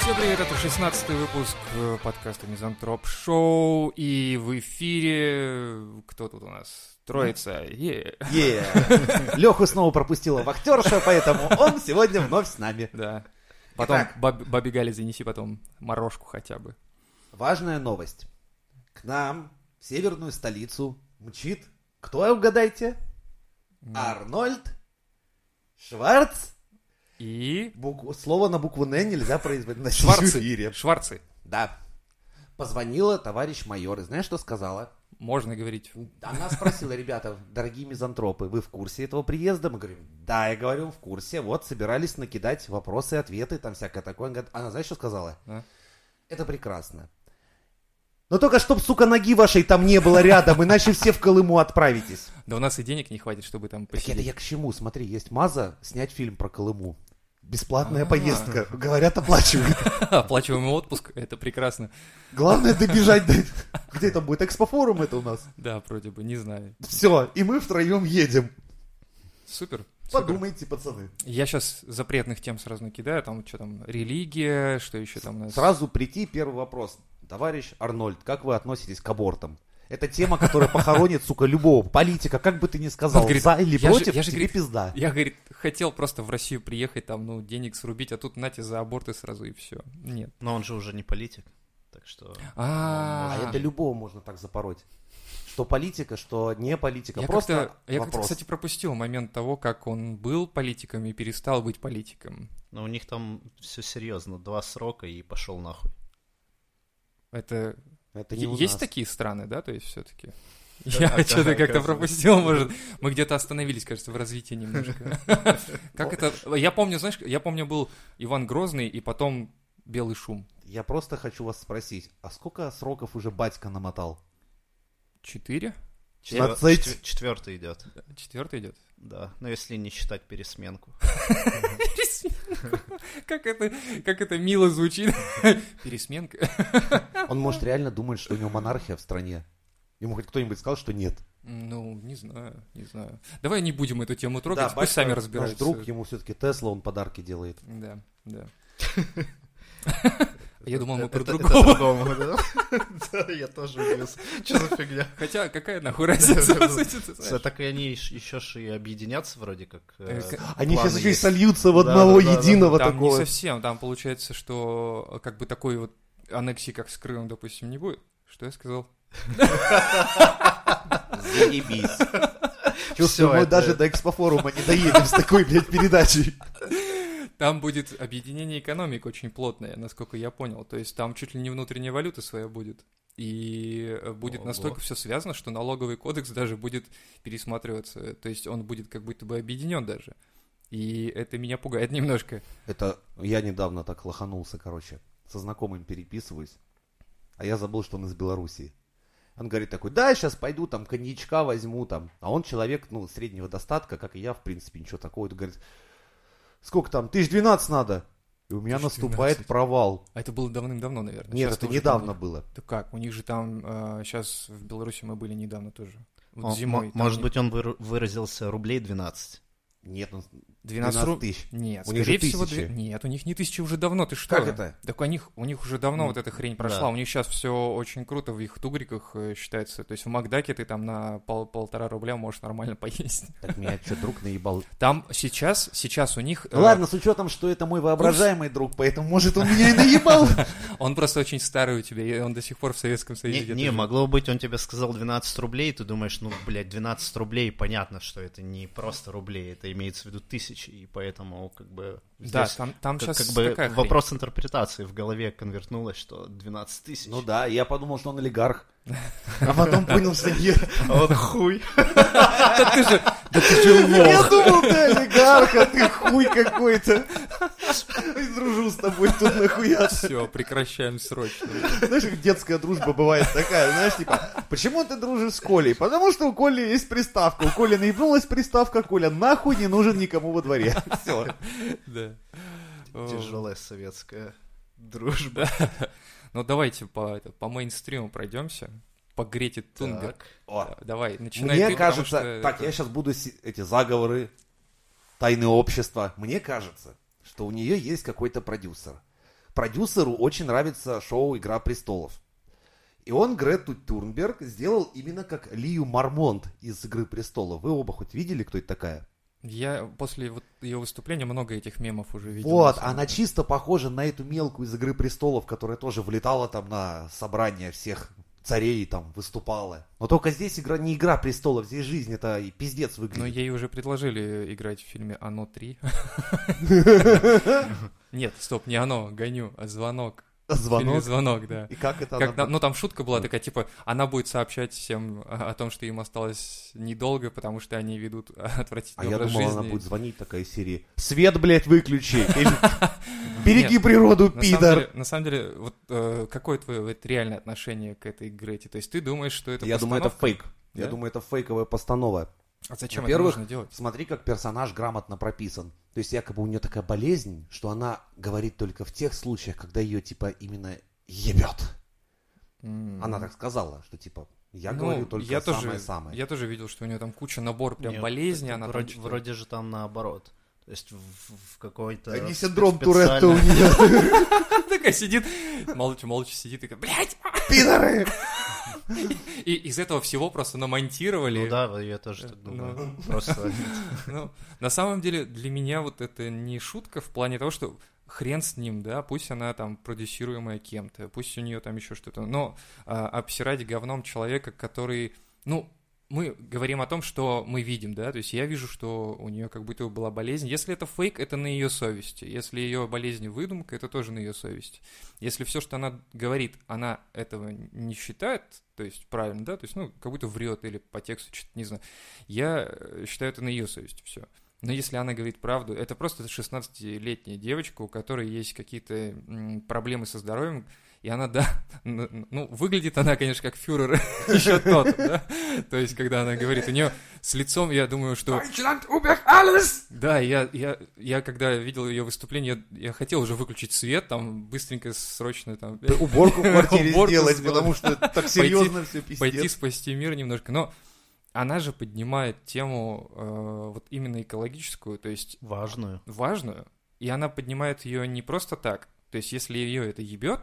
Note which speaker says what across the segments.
Speaker 1: Всем привет, это 16 выпуск э, подкаста Мизантроп Шоу, и в эфире... э, Кто тут у нас? Троица. Е.
Speaker 2: Леху снова пропустила вахтерша, поэтому он сегодня вновь с нами.
Speaker 1: Да. Потом
Speaker 2: Итак.
Speaker 1: баб- Баби Гали занеси, потом морожку хотя бы.
Speaker 2: Важная новость. К нам, в северную столицу, мчит, кто угадайте? Арнольд Шварц.
Speaker 1: И...
Speaker 2: Букву- Слово на букву «Н» нельзя произносить в
Speaker 1: Шварцы.
Speaker 2: эфире.
Speaker 1: Шварцы.
Speaker 2: Да. Позвонила товарищ майор, и знаешь, что сказала?
Speaker 1: Можно говорить.
Speaker 2: Она спросила, ребята, дорогие мизантропы, вы в курсе этого приезда? Мы говорим, да, я говорю, в курсе. Вот, собирались накидать вопросы, ответы, там всякое такое. Она говорит, Она, знаешь, что сказала?
Speaker 1: А?
Speaker 2: Это прекрасно. Но только чтоб, сука, ноги вашей там не было рядом, иначе все в Колыму отправитесь.
Speaker 1: Да у нас и денег не хватит, чтобы там
Speaker 2: Так это
Speaker 1: посидеть.
Speaker 2: я к чему? Смотри, есть маза, снять фильм про Колыму. Бесплатная
Speaker 1: А.
Speaker 2: поездка. Говорят, оплачивают.
Speaker 1: Оплачиваемый отпуск, это прекрасно.
Speaker 2: Главное добежать до... Где там будет? Экспофорум это у нас.
Speaker 1: Да, вроде бы, не знаю.
Speaker 2: Все, и мы втроем едем.
Speaker 1: Супер. супер.
Speaker 2: Подумайте, пацаны.
Speaker 1: Я сейчас запретных тем сразу накидаю, там что там, религия, что еще там у нас.
Speaker 2: Сразу прийти первый вопрос. Товарищ Арнольд, как вы относитесь к абортам? Это тема, которая похоронит, сука, любого политика, как бы ты ни сказал,
Speaker 1: Он говорит,
Speaker 2: за
Speaker 1: «Я
Speaker 2: или
Speaker 1: же-
Speaker 2: против,
Speaker 1: я же,
Speaker 2: тебе
Speaker 1: говорит,
Speaker 2: пизда.
Speaker 1: Я, говорит, хотел просто в Россию приехать, там, ну, денег срубить, а тут, нате, за аборты сразу и все. Нет.
Speaker 3: Но он же уже не политик, так что...
Speaker 2: А
Speaker 1: А,
Speaker 2: это любого можно так запороть. Что политика, что не политика,
Speaker 1: я
Speaker 2: просто
Speaker 1: как-то, я как-то,
Speaker 2: вопрос.
Speaker 1: кстати, пропустил момент того, как он был политиком и перестал быть политиком.
Speaker 3: Но у них там все серьезно, два срока и пошел нахуй.
Speaker 1: Это
Speaker 2: Это не
Speaker 1: Е-
Speaker 2: у
Speaker 1: Есть
Speaker 2: нас.
Speaker 1: такие страны, да, то есть все-таки?
Speaker 3: Да,
Speaker 1: Я
Speaker 3: да,
Speaker 1: что-то как-то
Speaker 3: оказывается.
Speaker 1: пропустил, может. Мы где-то остановились, кажется, в развитии немножко. Как это... Я помню, знаешь, я помню, был Иван Грозный и потом Белый шум.
Speaker 2: Я просто хочу вас спросить, а сколько сроков уже батька намотал?
Speaker 1: Четыре?
Speaker 2: Четнадцать.
Speaker 3: Четвертый идет,
Speaker 1: Четвертый идет?
Speaker 3: да. Но если не считать пересменку.
Speaker 1: Как это, как это мило звучит. Пересменка.
Speaker 2: Он, может, реально думает, что у него монархия в стране? Ему хоть кто-нибудь сказал, что нет?
Speaker 1: Ну, не знаю, не знаю. Давай не будем эту тему трогать, пусть
Speaker 2: батька,
Speaker 1: сами
Speaker 2: Наш
Speaker 1: разбираются.
Speaker 2: друг, ему все-таки Тесла, он подарки делает.
Speaker 1: Да, да. Я думал, мы
Speaker 3: Это-
Speaker 1: про
Speaker 3: это
Speaker 1: другого.
Speaker 3: другому, да? Да, я тоже удивился. Что за фигня?
Speaker 1: Хотя какая нахуй разница?
Speaker 3: да,
Speaker 1: по сути, ты знаешь?
Speaker 3: Да, Так и они еще ж и объединятся вроде как. э,
Speaker 1: Э, к-
Speaker 2: Они
Speaker 3: планы
Speaker 2: сейчас еще и
Speaker 3: есть.
Speaker 2: сольются в
Speaker 3: Да,
Speaker 2: одного
Speaker 3: да, да, да.
Speaker 2: единого
Speaker 1: там
Speaker 2: такого.
Speaker 1: не совсем, там получается, что как бы такой вот аннексии, как с Крымом, допустим, не будет. Что я сказал?
Speaker 2: Заебись.
Speaker 3: Всё,
Speaker 2: Чувствую, мы
Speaker 3: это-
Speaker 2: даже до экспофорума не доедем с такой, блядь, передачей.
Speaker 1: Там будет объединение экономик очень плотное, насколько я понял. То есть там чуть ли не внутренняя валюта своя будет. И э, будет
Speaker 3: Ого.
Speaker 1: настолько все связано, что налоговый кодекс даже будет пересматриваться. То есть он будет как будто бы объединен даже. И это меня пугает немножко.
Speaker 2: Это я недавно так лоханулся, короче. Со знакомым переписываюсь. А я забыл, что он из Белоруссии. Он говорит такой, да, сейчас пойду там коньячка возьму там. А он человек, ну, среднего достатка, как и я, в принципе, ничего такого. Он говорит, сколько там, тысяч двенадцать надо. И у меня
Speaker 1: 1012.
Speaker 2: наступает провал.
Speaker 1: А это было давным-давно, наверное.
Speaker 2: Нет,
Speaker 1: Щас
Speaker 2: это
Speaker 1: тоже
Speaker 2: недавно
Speaker 1: давно.
Speaker 2: было.
Speaker 1: Да как? У них же там сейчас в Беларуси мы были недавно тоже. Вот
Speaker 3: он-
Speaker 1: зимой.
Speaker 3: мо-
Speaker 1: там
Speaker 3: Может
Speaker 1: не-
Speaker 3: быть, он выру- выразился рублей 12.
Speaker 2: Нет, он
Speaker 1: 12,
Speaker 2: 12
Speaker 1: ру-
Speaker 2: тысяч.
Speaker 1: Нет,
Speaker 2: У них
Speaker 1: скорее
Speaker 2: же
Speaker 1: всего,
Speaker 2: тысячи.
Speaker 1: две- нет, у них не тысячи уже давно, ты что?
Speaker 2: Как это?
Speaker 1: Так у них, у них уже давно
Speaker 3: Ну,
Speaker 1: вот эта хрень
Speaker 3: да.
Speaker 1: прошла, у них сейчас все очень круто в их тугриках э, считается, то есть в Макдаке ты там на пол- полтора рубля можешь нормально поесть.
Speaker 2: Так меня что, друг наебал.
Speaker 1: Там сейчас, сейчас у них... э,
Speaker 2: Ну Ладно, с учетом, что это мой воображаемый друг, поэтому, может, он меня и наебал.
Speaker 1: Он просто очень старый у тебя, и он до сих пор в Советском Союзе.
Speaker 3: Не,
Speaker 1: где-то
Speaker 3: не,
Speaker 1: жил.
Speaker 3: могло быть, он тебе сказал 12 рублей, ты думаешь, ну, блядь, 12 рублей, понятно, что это не просто рублей, это имеется в виду тысячи, и поэтому, как бы,
Speaker 1: Да,
Speaker 3: здесь
Speaker 1: там, там
Speaker 3: как,
Speaker 1: сейчас
Speaker 3: как бы
Speaker 1: такая хрень.
Speaker 3: вопрос интерпретации в голове конвертнулось, что 12 тысяч.
Speaker 2: Ну да, я подумал, что он олигарх. А потом понял, что нет.
Speaker 3: А вот хуй.
Speaker 1: Да ты же, да ты же
Speaker 2: Я
Speaker 1: лох.
Speaker 2: думал, ты олигарх, а ты хуй какой-то. И дружу с тобой тут нахуя.
Speaker 1: Все, прекращаем срочно.
Speaker 2: Знаешь, как детская дружба бывает такая, знаешь, типа, почему ты дружишь с Колей? Потому что у Коли есть приставка. У Коли наебнулась приставка, Коля нахуй не нужен никому во дворе. Все.
Speaker 1: Да. О.
Speaker 3: Тяжелая советская дружба.
Speaker 1: Но Ну, давайте по, это, по мейнстриму пройдемся. По Грете Тунберг.
Speaker 3: Так.
Speaker 2: О,
Speaker 1: Да, Давай, начинай
Speaker 2: Мне
Speaker 1: ты, потому
Speaker 2: кажется,
Speaker 1: что
Speaker 2: так,
Speaker 1: это-
Speaker 2: я сейчас буду си- эти заговоры, тайны общества. Мне кажется, что у нее есть какой-то продюсер. Продюсеру очень нравится шоу «Игра престолов». И он Грету Тюрнберг сделал именно как Лию Мармонт из «Игры престолов». Вы оба хоть видели, кто это такая?
Speaker 1: Я после вот ее выступления много этих мемов уже видел. на
Speaker 2: вот,
Speaker 1: самом
Speaker 2: она
Speaker 1: деле.
Speaker 2: чисто похожа на эту мелкую из «Игры престолов», которая тоже влетала там на собрание всех царей и там выступала. Но только здесь игра не «Игра престолов», здесь жизнь, это и пиздец выглядит.
Speaker 1: Но ей уже предложили играть в фильме «Оно 3». Нет, стоп, не «Оно», гоню, а «Звонок». В фильме
Speaker 2: Звонок.
Speaker 1: «Звонок», да.
Speaker 2: И как это
Speaker 1: Когда,
Speaker 2: она...
Speaker 1: ну, там шутка была такая, типа, она будет сообщать всем о о том, что им осталось недолго, потому что они ведут
Speaker 2: А
Speaker 1: отвратительный
Speaker 2: я
Speaker 1: образ
Speaker 2: думал, она
Speaker 1: жизни.
Speaker 2: будет звонить такая из серии. Свет, блядь, выключи. Или Береги природу,
Speaker 1: На самом,
Speaker 2: пидор.
Speaker 1: деле, на самом деле, вот э, какое твое вот, реальное отношение к этой Грете? То есть ты думаешь, что это
Speaker 2: Я думаю, это
Speaker 1: постановка?
Speaker 2: фейк. Я
Speaker 1: Да?
Speaker 2: думаю, это фейковая постанова.
Speaker 1: А зачем это
Speaker 2: Во-первых,
Speaker 1: нужно делать?
Speaker 2: Смотри, как персонаж грамотно прописан. То есть якобы у нее такая болезнь, что она говорит только в тех случаях, когда ее типа именно ебет.
Speaker 1: М.
Speaker 2: Она так сказала, что типа я
Speaker 1: Ну,
Speaker 2: говорю только
Speaker 1: я тоже-
Speaker 2: самое-самое.
Speaker 1: Я тоже видел, что у нее там куча набор прям
Speaker 3: Нет,
Speaker 1: болезней,
Speaker 3: это
Speaker 1: она там
Speaker 3: вроде,
Speaker 1: что-то-
Speaker 3: вроде же там наоборот. То есть в, в какой-то...
Speaker 2: Да не
Speaker 3: спе-
Speaker 2: синдром
Speaker 3: специально-
Speaker 2: Туретта у нее,
Speaker 1: такая сидит, молча-молча сидит и такая, блядь!
Speaker 2: пидоры!
Speaker 1: И из этого всего просто намонтировали.
Speaker 3: Ну да, вот я тоже так
Speaker 1: Ну.
Speaker 3: думаю. Просто...
Speaker 1: Ну, на самом деле, для меня вот это не шутка в плане того, что хрен с ним, да, пусть она там продюсируемая кем-то, пусть у нее там еще что-то, но а, обсирать говном человека, который, ну, мы говорим о том, что мы видим, да, то есть я вижу, что у нее как будто бы была болезнь. Если это фейк, это на ее совести. Если ее болезнь выдумка, это тоже на ее совести. Если все, что она говорит, она этого не считает, то есть правильно, да, то есть, ну, как будто врет или по тексту что-то, не знаю. Я э, считаю, это на ее совести все. Но если она говорит правду, это просто 16-летняя девочка, у которой есть какие-то м, проблемы со здоровьем, и она, да, н- ну, выглядит она, конечно, как фюрер еще тот, да? То есть, когда она говорит, у нее с лицом, я думаю, что... Да, я, я, я когда видел ее выступление, я, я хотел уже выключить свет, там, быстренько, срочно, там...
Speaker 2: Уборку в квартире
Speaker 1: Уборку
Speaker 2: сделать,
Speaker 1: сделать.
Speaker 2: потому что так серьезно все
Speaker 1: пойти
Speaker 2: пиздец.
Speaker 1: спасти мир немножко. Но она же поднимает тему э, вот именно экологическую, то есть
Speaker 3: Важную.
Speaker 1: важную, и она поднимает ее не просто так. То есть, если ее это ебет,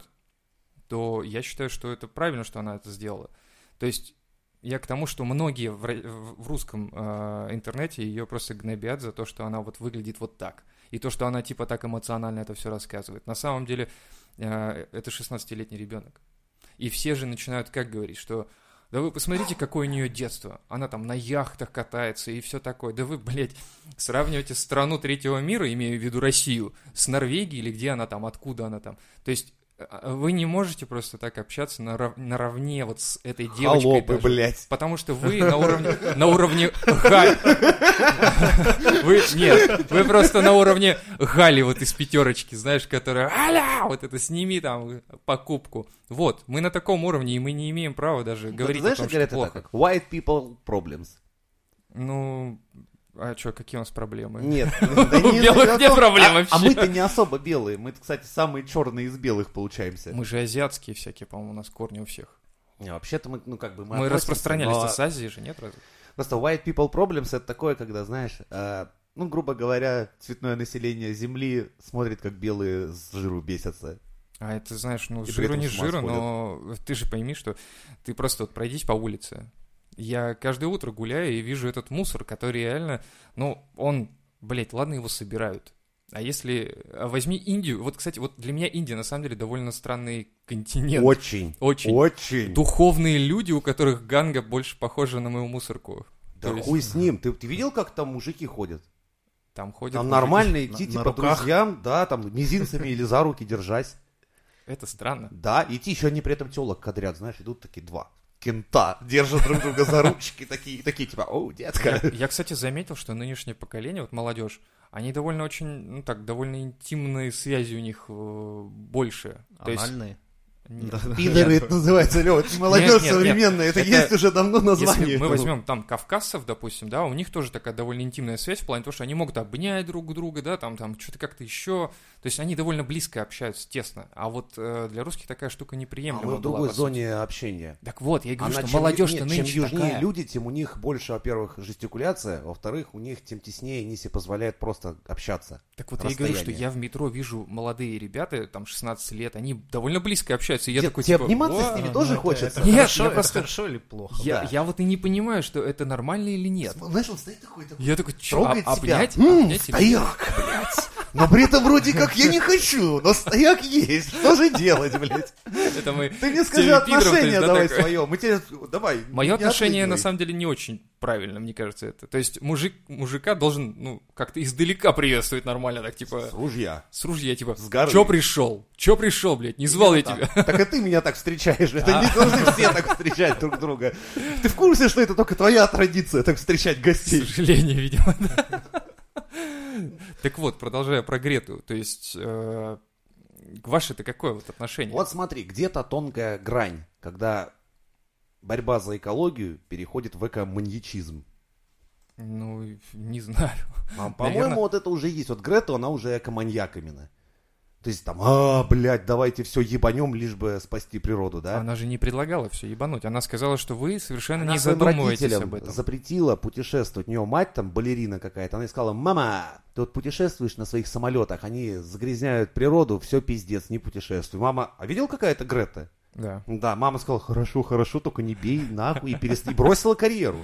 Speaker 1: то я считаю, что это правильно, что она это сделала. То есть, я к тому, что многие в, ро- в- в русском э, интернете ее просто гнобят за то, что она вот выглядит вот так. И то, что она типа так эмоционально это все рассказывает. На самом деле, э, это 16-летний ребенок. И все же начинают как говорить, что да вы посмотрите, какое у нее детство. Она там на яхтах катается и все такое. Да вы, блядь, сравниваете страну третьего мира, имею в виду Россию, с Норвегией или где она там, откуда она там. То есть э, вы не можете просто так общаться нарав- наравне вот с этой девочкой.
Speaker 2: Холопы,
Speaker 1: даже.
Speaker 2: блядь.
Speaker 1: Потому что вы на уровне... На уровне Галь... Вы... Нет, вы просто на уровне Гали вот из пятерочки, знаешь, которая... Аля! Вот это сними там покупку. Вот, мы на таком уровне, и мы не имеем права даже говорить
Speaker 2: Знаешь,
Speaker 1: о том,
Speaker 2: как говорят
Speaker 1: что
Speaker 2: это
Speaker 1: плохо.
Speaker 2: как? White people problems.
Speaker 1: Ну, а что, какие у нас проблемы?
Speaker 2: Нет, да
Speaker 1: У белых
Speaker 2: дело в
Speaker 1: нет
Speaker 2: том-
Speaker 1: проблем
Speaker 2: а-
Speaker 1: вообще.
Speaker 2: А мы-то не особо белые. Мы, кстати, самые черные из белых получаемся.
Speaker 1: Мы же азиатские всякие, по-моему, у нас корни у всех.
Speaker 2: Не, Вообще-то мы, ну как бы мы
Speaker 1: Мы,
Speaker 2: относимся,
Speaker 1: распространялись
Speaker 2: но
Speaker 1: с Азии же, нет? разве?
Speaker 2: Просто white people problems это такое, когда, знаешь, э, ну, грубо говоря, цветное население Земли смотрит, как белые с жиру бесятся.
Speaker 1: А это, знаешь, ну,
Speaker 2: И при
Speaker 1: жиру
Speaker 2: этом
Speaker 1: не
Speaker 2: с ума
Speaker 1: жиру, но ты же пойми, что ты просто вот пройдись по улице. Я каждое утро гуляю и вижу этот мусор, который реально, ну, он, блядь, ладно, его собирают. А если... а возьми Индию. Вот, кстати, вот для меня Индия, на самом деле, довольно странный континент.
Speaker 2: Очень,
Speaker 1: ну, Очень.
Speaker 2: очень.
Speaker 1: Духовные люди, у которых ганга больше похожа на мою мусорку.
Speaker 2: Да
Speaker 1: то есть-
Speaker 2: хуй с ним. Ты, ты видел, как там мужики ходят?
Speaker 1: Там ходят...
Speaker 2: Там
Speaker 1: мужики.
Speaker 2: нормально
Speaker 3: на-
Speaker 2: идти,
Speaker 3: на
Speaker 2: типа,
Speaker 3: руках.
Speaker 2: друзьям, да, там, мизинцами или за руки держась.
Speaker 1: Это странно.
Speaker 2: Да, идти еще они при этом телок кадрят, знаешь, идут такие два кента, держат друг друга за ручки, такие, такие типа, о, детка.
Speaker 1: Я, кстати, заметил, что нынешнее поколение, вот молодежь, они довольно очень, ну так, довольно интимные связи у них э, больше. То есть,
Speaker 3: Анальные.
Speaker 1: Нет.
Speaker 3: Да-да.
Speaker 2: Пидоры это называется, Лёва, это молодежь
Speaker 1: нет, нет.
Speaker 2: современная, это
Speaker 1: Это-
Speaker 2: есть уже давно
Speaker 1: Если
Speaker 2: название.
Speaker 1: мы
Speaker 2: этому.
Speaker 1: возьмем там кавказцев, допустим, да, у них тоже такая довольно интимная связь в плане того, что они могут обнять друг друга, да, там, там что-то как-то еще. То есть они довольно близко общаются, тесно. А вот э, для русских такая штука
Speaker 2: А
Speaker 1: неприемлема.
Speaker 2: мы
Speaker 1: была,
Speaker 2: в другой
Speaker 1: по
Speaker 2: зоне общения.
Speaker 1: сути. Так вот, я и говорю,
Speaker 2: Она
Speaker 1: что
Speaker 2: чем-
Speaker 1: молодежь-то
Speaker 2: нет,
Speaker 1: нынче
Speaker 2: Чем южнее
Speaker 1: такая.
Speaker 2: люди, тем у них больше, во-первых, жестикуляция, во-вторых, у них тем теснее они себе позволяют просто общаться.
Speaker 1: Так вот, я и говорю, что
Speaker 2: расстояние.
Speaker 1: я в метро вижу молодые ребята, там, 16 лет, они довольно близко общаются. И я
Speaker 2: Те-
Speaker 1: такой,
Speaker 2: те
Speaker 1: типа,
Speaker 2: обниматься
Speaker 1: «Во».
Speaker 2: с ними
Speaker 3: Ну,
Speaker 2: тоже
Speaker 3: это-
Speaker 2: хочется.
Speaker 3: это
Speaker 1: Нет,
Speaker 3: хорошо,
Speaker 1: я
Speaker 3: это
Speaker 1: просто-
Speaker 3: хорошо или плохо?
Speaker 1: Я,
Speaker 2: да.
Speaker 1: я вот и не понимаю, что это нормально или нет.
Speaker 2: Знаешь, он стоит такой, такой,
Speaker 1: Я такой, чё,
Speaker 2: трогает
Speaker 1: а-
Speaker 2: себя.
Speaker 1: обнять?
Speaker 2: М,
Speaker 1: Обнять или-
Speaker 2: стояк, блядь. Но при этом вроде как я не хочу, но стояк есть. Что же делать, блядь?
Speaker 1: Это мы
Speaker 2: Ты мне
Speaker 1: с
Speaker 2: скажи
Speaker 1: теми пидором, то есть,
Speaker 2: отношение
Speaker 1: да,
Speaker 2: давай
Speaker 1: такое.
Speaker 2: свое. Мы тебе, давай.
Speaker 1: Мое
Speaker 2: не
Speaker 1: отношение, на
Speaker 2: отлынивай.
Speaker 1: самом деле, не очень правильно, мне кажется, это. То есть мужик, мужика должен, ну, как-то издалека приветствовать нормально, так, типа,
Speaker 2: С ружья.
Speaker 1: с ружья, типа,
Speaker 2: С горы.
Speaker 1: чё пришел? Чё пришел, блядь, не звал я
Speaker 2: Так,
Speaker 1: тебя. А.
Speaker 2: Так и ты меня так встречаешь. Это не должны все так встречать друг друга. Ты в курсе, что это только твоя традиция, так встречать
Speaker 1: К
Speaker 2: гостей?
Speaker 1: сожалению, видимо, да. Так вот, продолжая про Грету, то есть, э, к ваше-то какое вот отношение?
Speaker 2: Вот смотри, где-то тонкая грань, когда борьба за экологию переходит в эко-маньячизм.
Speaker 1: Ну, не знаю.
Speaker 2: А,
Speaker 1: Наверно.
Speaker 2: По-моему, вот это уже есть. Вот Грета, она уже эко-маньяк именно. То есть там, а, блядь, давайте все ебанем, лишь бы спасти природу, да?
Speaker 1: Она же не предлагала все ебануть. Она сказала, что вы совершенно
Speaker 2: Она
Speaker 1: не
Speaker 2: своим
Speaker 1: задумываетесь
Speaker 2: родителям
Speaker 1: об этом.
Speaker 2: запретила путешествовать. У нее мать там балерина какая-то. Она ей сказала, мама, ты вот путешествуешь на своих самолетах, они загрязняют природу, все пиздец, не путешествуй. Мама, а видел какая-то Грета?
Speaker 1: Да.
Speaker 2: Да, мама сказала, хорошо, хорошо, только не бей, нахуй, и, перест... и бросила карьеру.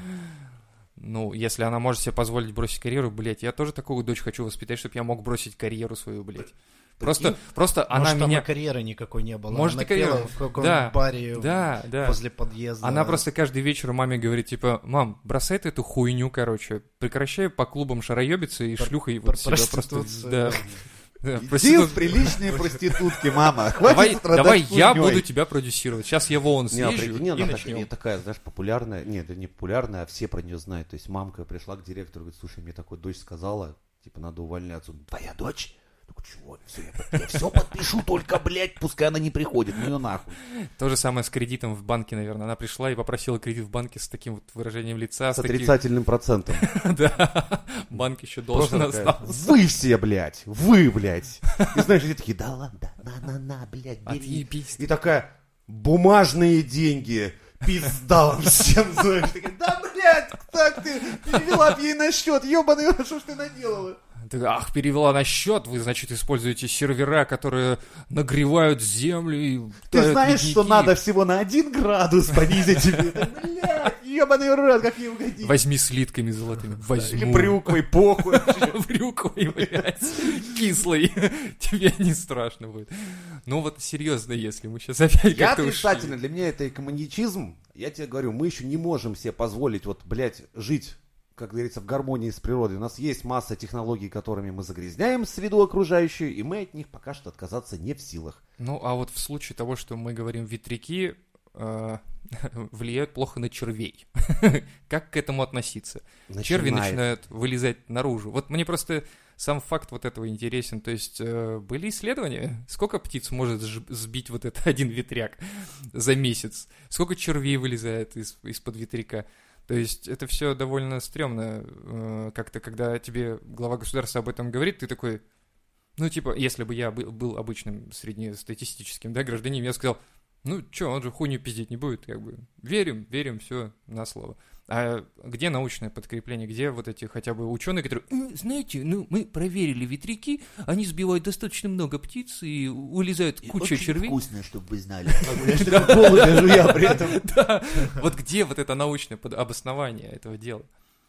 Speaker 1: Ну, если она может себе позволить бросить карьеру, блядь, я тоже такую дочь хочу воспитать, чтобы я мог бросить карьеру свою, блядь. Просто, просто она
Speaker 3: Может, там
Speaker 1: меня...
Speaker 3: и карьеры никакой не было.
Speaker 1: Может,
Speaker 3: она
Speaker 1: и карьеры.
Speaker 3: пела в каком-нибудь
Speaker 1: Да,
Speaker 3: баре
Speaker 1: Да, да.
Speaker 3: возле подъезда.
Speaker 1: Она просто каждый вечер маме говорит, типа, мам, бросай ты эту хуйню, короче, прекращай по клубам шароебиться и
Speaker 3: Про-
Speaker 1: шлюхой
Speaker 3: про
Speaker 1: вот себя просто...
Speaker 3: проституцию.
Speaker 1: Да. Да,
Speaker 2: Иди
Speaker 1: проститут-
Speaker 2: в приличные проститутки, мама. Хватит
Speaker 1: Давай,
Speaker 2: страдать
Speaker 1: давай я
Speaker 2: хуйнёй.
Speaker 1: буду тебя продюсировать. Сейчас я вон
Speaker 2: Не, а
Speaker 1: съезжу
Speaker 2: прикинь,
Speaker 1: и
Speaker 2: она так- не
Speaker 1: начнем.
Speaker 2: такая, знаешь, популярная. Нет, это не популярная, а все про нее знают. То есть мамка пришла к директору, говорит, слушай, мне такой дочь сказала, типа, надо увольняться. Он, твоя дочь? Такой, чего? Все, я, под- я все подпишу, только, блядь, пускай она не приходит, ну ее нахуй.
Speaker 1: То же самое с кредитом в банке, наверное. Она пришла и попросила кредит в банке с таким вот выражением лица.
Speaker 2: С
Speaker 1: таким-
Speaker 2: отрицательным процентом.
Speaker 1: Да. Банк еще
Speaker 2: Просто
Speaker 1: должен
Speaker 2: такая,
Speaker 1: остаться.
Speaker 2: вы все, блядь, вы, блядь. И знаешь, они такие, да ладно, на-на-на, блядь, бери.
Speaker 1: Отъебись.
Speaker 2: И такая, бумажные деньги, пизда вам всем, знаешь. Такая, да, блядь, так ты перевела б ей на счет, ебаный, что ж ты наделала?
Speaker 1: Ты, ах, перевела на счет, вы, значит, используете сервера, которые нагревают землю и
Speaker 2: Ты
Speaker 1: тают
Speaker 2: знаешь, что
Speaker 1: ледники.
Speaker 2: надо всего на один градус понизить тебе? Да, Блядь, ебаный рот, как ей угодить.
Speaker 1: Возьми слитками золотыми, возьми.
Speaker 2: Или брюквой, похуй.
Speaker 1: Брюквой, блядь, кислый. Тебе не страшно будет. Ну вот серьезно, если мы сейчас опять
Speaker 2: Я
Speaker 1: как-то ушли.
Speaker 2: отрицательно, для меня это экоманьячизм. Я тебе говорю, мы еще не можем себе позволить, вот, блядь, жить как говорится, в гармонии с природой. У нас есть масса технологий, которыми мы загрязняем среду окружающую, и мы от них пока что отказаться не в силах.
Speaker 1: Ну а вот в случае того, что мы говорим ветряки, э, влияют плохо на червей. Как к этому относиться? Черви
Speaker 2: Начинает.
Speaker 1: начинают вылезать наружу. Вот мне просто сам факт вот этого интересен. То есть э, были исследования, сколько птиц может сж- сбить вот этот один ветряк за месяц, сколько червей вылезает из- из-под ветряка. То есть это все довольно стрёмно. э, Как-то, когда тебе глава государства об этом говорит, ты такой... Ну, типа, если бы я бы- был обычным среднестатистическим, да, гражданином, я сказал, ну, чё, он же хуйню пиздить не будет, как бы. Верим, верим, все на слово. А где научное подкрепление, где вот эти хотя бы ученые, которые, «Ну, знаете, ну, мы проверили ветряки, они сбивают достаточно много птиц и улезают куча червей.
Speaker 2: вкусно, чтобы вы знали. Я ж такой голубя жуя при этом.
Speaker 1: Да. Вот где вот это научное под- обоснование этого дела?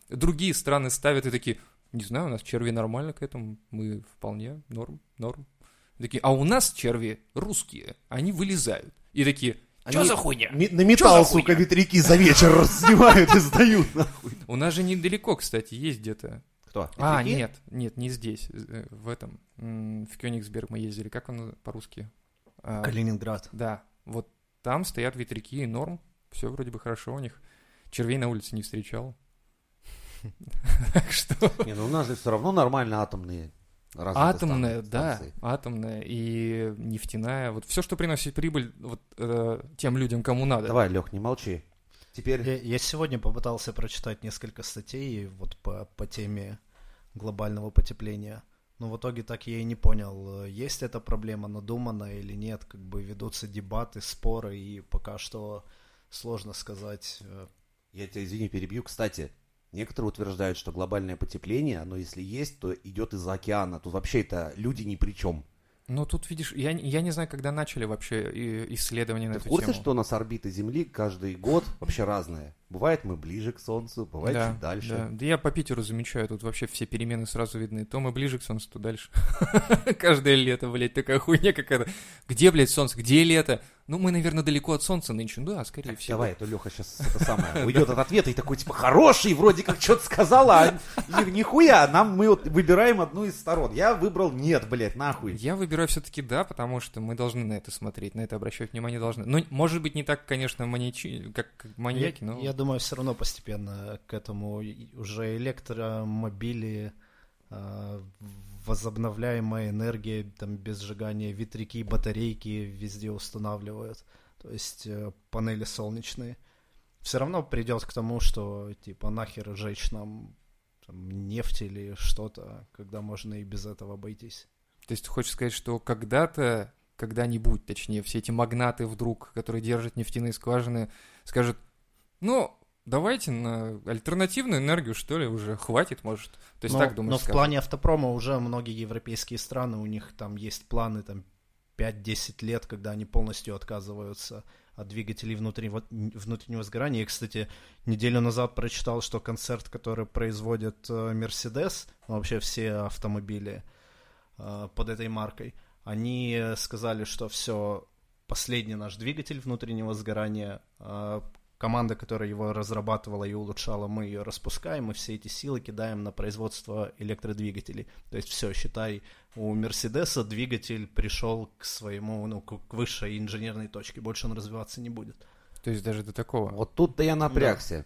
Speaker 1: Другие страны ставят и такие, не знаю, у нас черви нормально к этому, мы вполне норм, норм. Такие, а у нас черви русские, они вылезают. И такие, что
Speaker 2: Они
Speaker 1: за хуйня?
Speaker 2: Ми- На металл,
Speaker 1: хуйня?
Speaker 2: сука, ветряки за вечер снимают и сдают. нахуй.
Speaker 1: У нас же недалеко, кстати, есть где-то.
Speaker 2: Кто?
Speaker 1: А,
Speaker 2: Ветряки?
Speaker 1: нет, нет, не здесь, э, в этом, м, в Кёнигсберг мы ездили, как он по-русски? А,
Speaker 3: Калининград.
Speaker 1: Да, вот там стоят ветряки и норм, все вроде бы хорошо у них. Червей на улице не встречал. Так что...
Speaker 2: Не, ну у нас же все равно нормально атомные развитой
Speaker 1: Атомная,
Speaker 2: стан-
Speaker 1: да,
Speaker 2: станции.
Speaker 1: атомная и нефтяная. Вот все, что приносит прибыль вот, э, тем людям, кому надо.
Speaker 2: Давай, Лех, не молчи. Теперь
Speaker 3: Я, я сегодня попытался прочитать несколько статей вот по, по теме глобального потепления. Но в итоге так я и не понял, э, есть эта проблема надумана или нет. Как бы ведутся дебаты, споры, и пока что сложно сказать. э,
Speaker 2: Я тебя, извини, перебью. Кстати, некоторые утверждают, что глобальное потепление, оно если есть, то идет из-за океана. Тут вообще это люди ни при чем.
Speaker 1: Но тут, видишь, я, не- я не знаю, когда начали вообще и- исследования на
Speaker 2: Ты в
Speaker 1: эту
Speaker 2: курсе,
Speaker 1: тему.
Speaker 2: что у нас орбиты Земли каждый год вообще разные? Бывает мы ближе к Солнцу, бывает
Speaker 1: да,
Speaker 2: чуть дальше.
Speaker 1: Да. Да я по Питеру замечаю, тут вообще все перемены сразу видны. То мы ближе к солнцу, то дальше. Каждое лето, блядь, такая хуйня какая-то. Где, блядь, солнце, где лето? Ну, мы, наверное, далеко от солнца нынче. Ну Да, скорее всего.
Speaker 2: Давай, а то Леха сейчас это самое уйдет от ответа и такой, типа, хороший, вроде как что-то сказала, а ни- нихуя, нам мы вот выбираем одну из сторон. Я выбрал нет, блядь, нахуй.
Speaker 1: Я выбираю все-таки да, потому что мы должны на это смотреть, на это обращать внимание должны. Ну, может быть, не так, конечно, маньячи, как как маньяки, ну.
Speaker 3: я,
Speaker 1: но...
Speaker 3: я думаю, все равно постепенно к этому и- уже электромобили, э, возобновляемая энергия, там, без сжигания ветряки, батарейки везде устанавливают, то есть э, панели солнечные. Все равно придет к тому, что типа нахер жечь нам там, нефть или что-то, когда можно и без этого обойтись.
Speaker 1: То есть ты хочешь сказать, что когда-то, когда-нибудь, точнее, все эти магнаты вдруг, которые держат нефтяные скважины, скажут, ну, давайте на альтернативную энергию, что ли, уже хватит, может. То есть
Speaker 2: Ну,
Speaker 3: но,
Speaker 1: так думаешь,
Speaker 3: но в
Speaker 1: скажут.
Speaker 3: плане автопрома уже многие европейские страны, у них там есть планы там 5-10 лет, когда они полностью отказываются от двигателей внутреннего, внутреннего сгорания. Я, кстати, неделю назад прочитал, что концерт, который производит э, Mercedes, ну, вообще все автомобили э, под этой маркой, они э, сказали, что все, последний наш двигатель внутреннего сгорания, э, команда, которая его разрабатывала и улучшала, мы ее распускаем, и все эти силы кидаем на производство электродвигателей. То есть все, считай, у Мерседеса двигатель пришел к своему, ну, к к высшей инженерной точке, больше он развиваться не будет.
Speaker 1: То есть даже до такого.
Speaker 2: Вот тут-то я напрягся.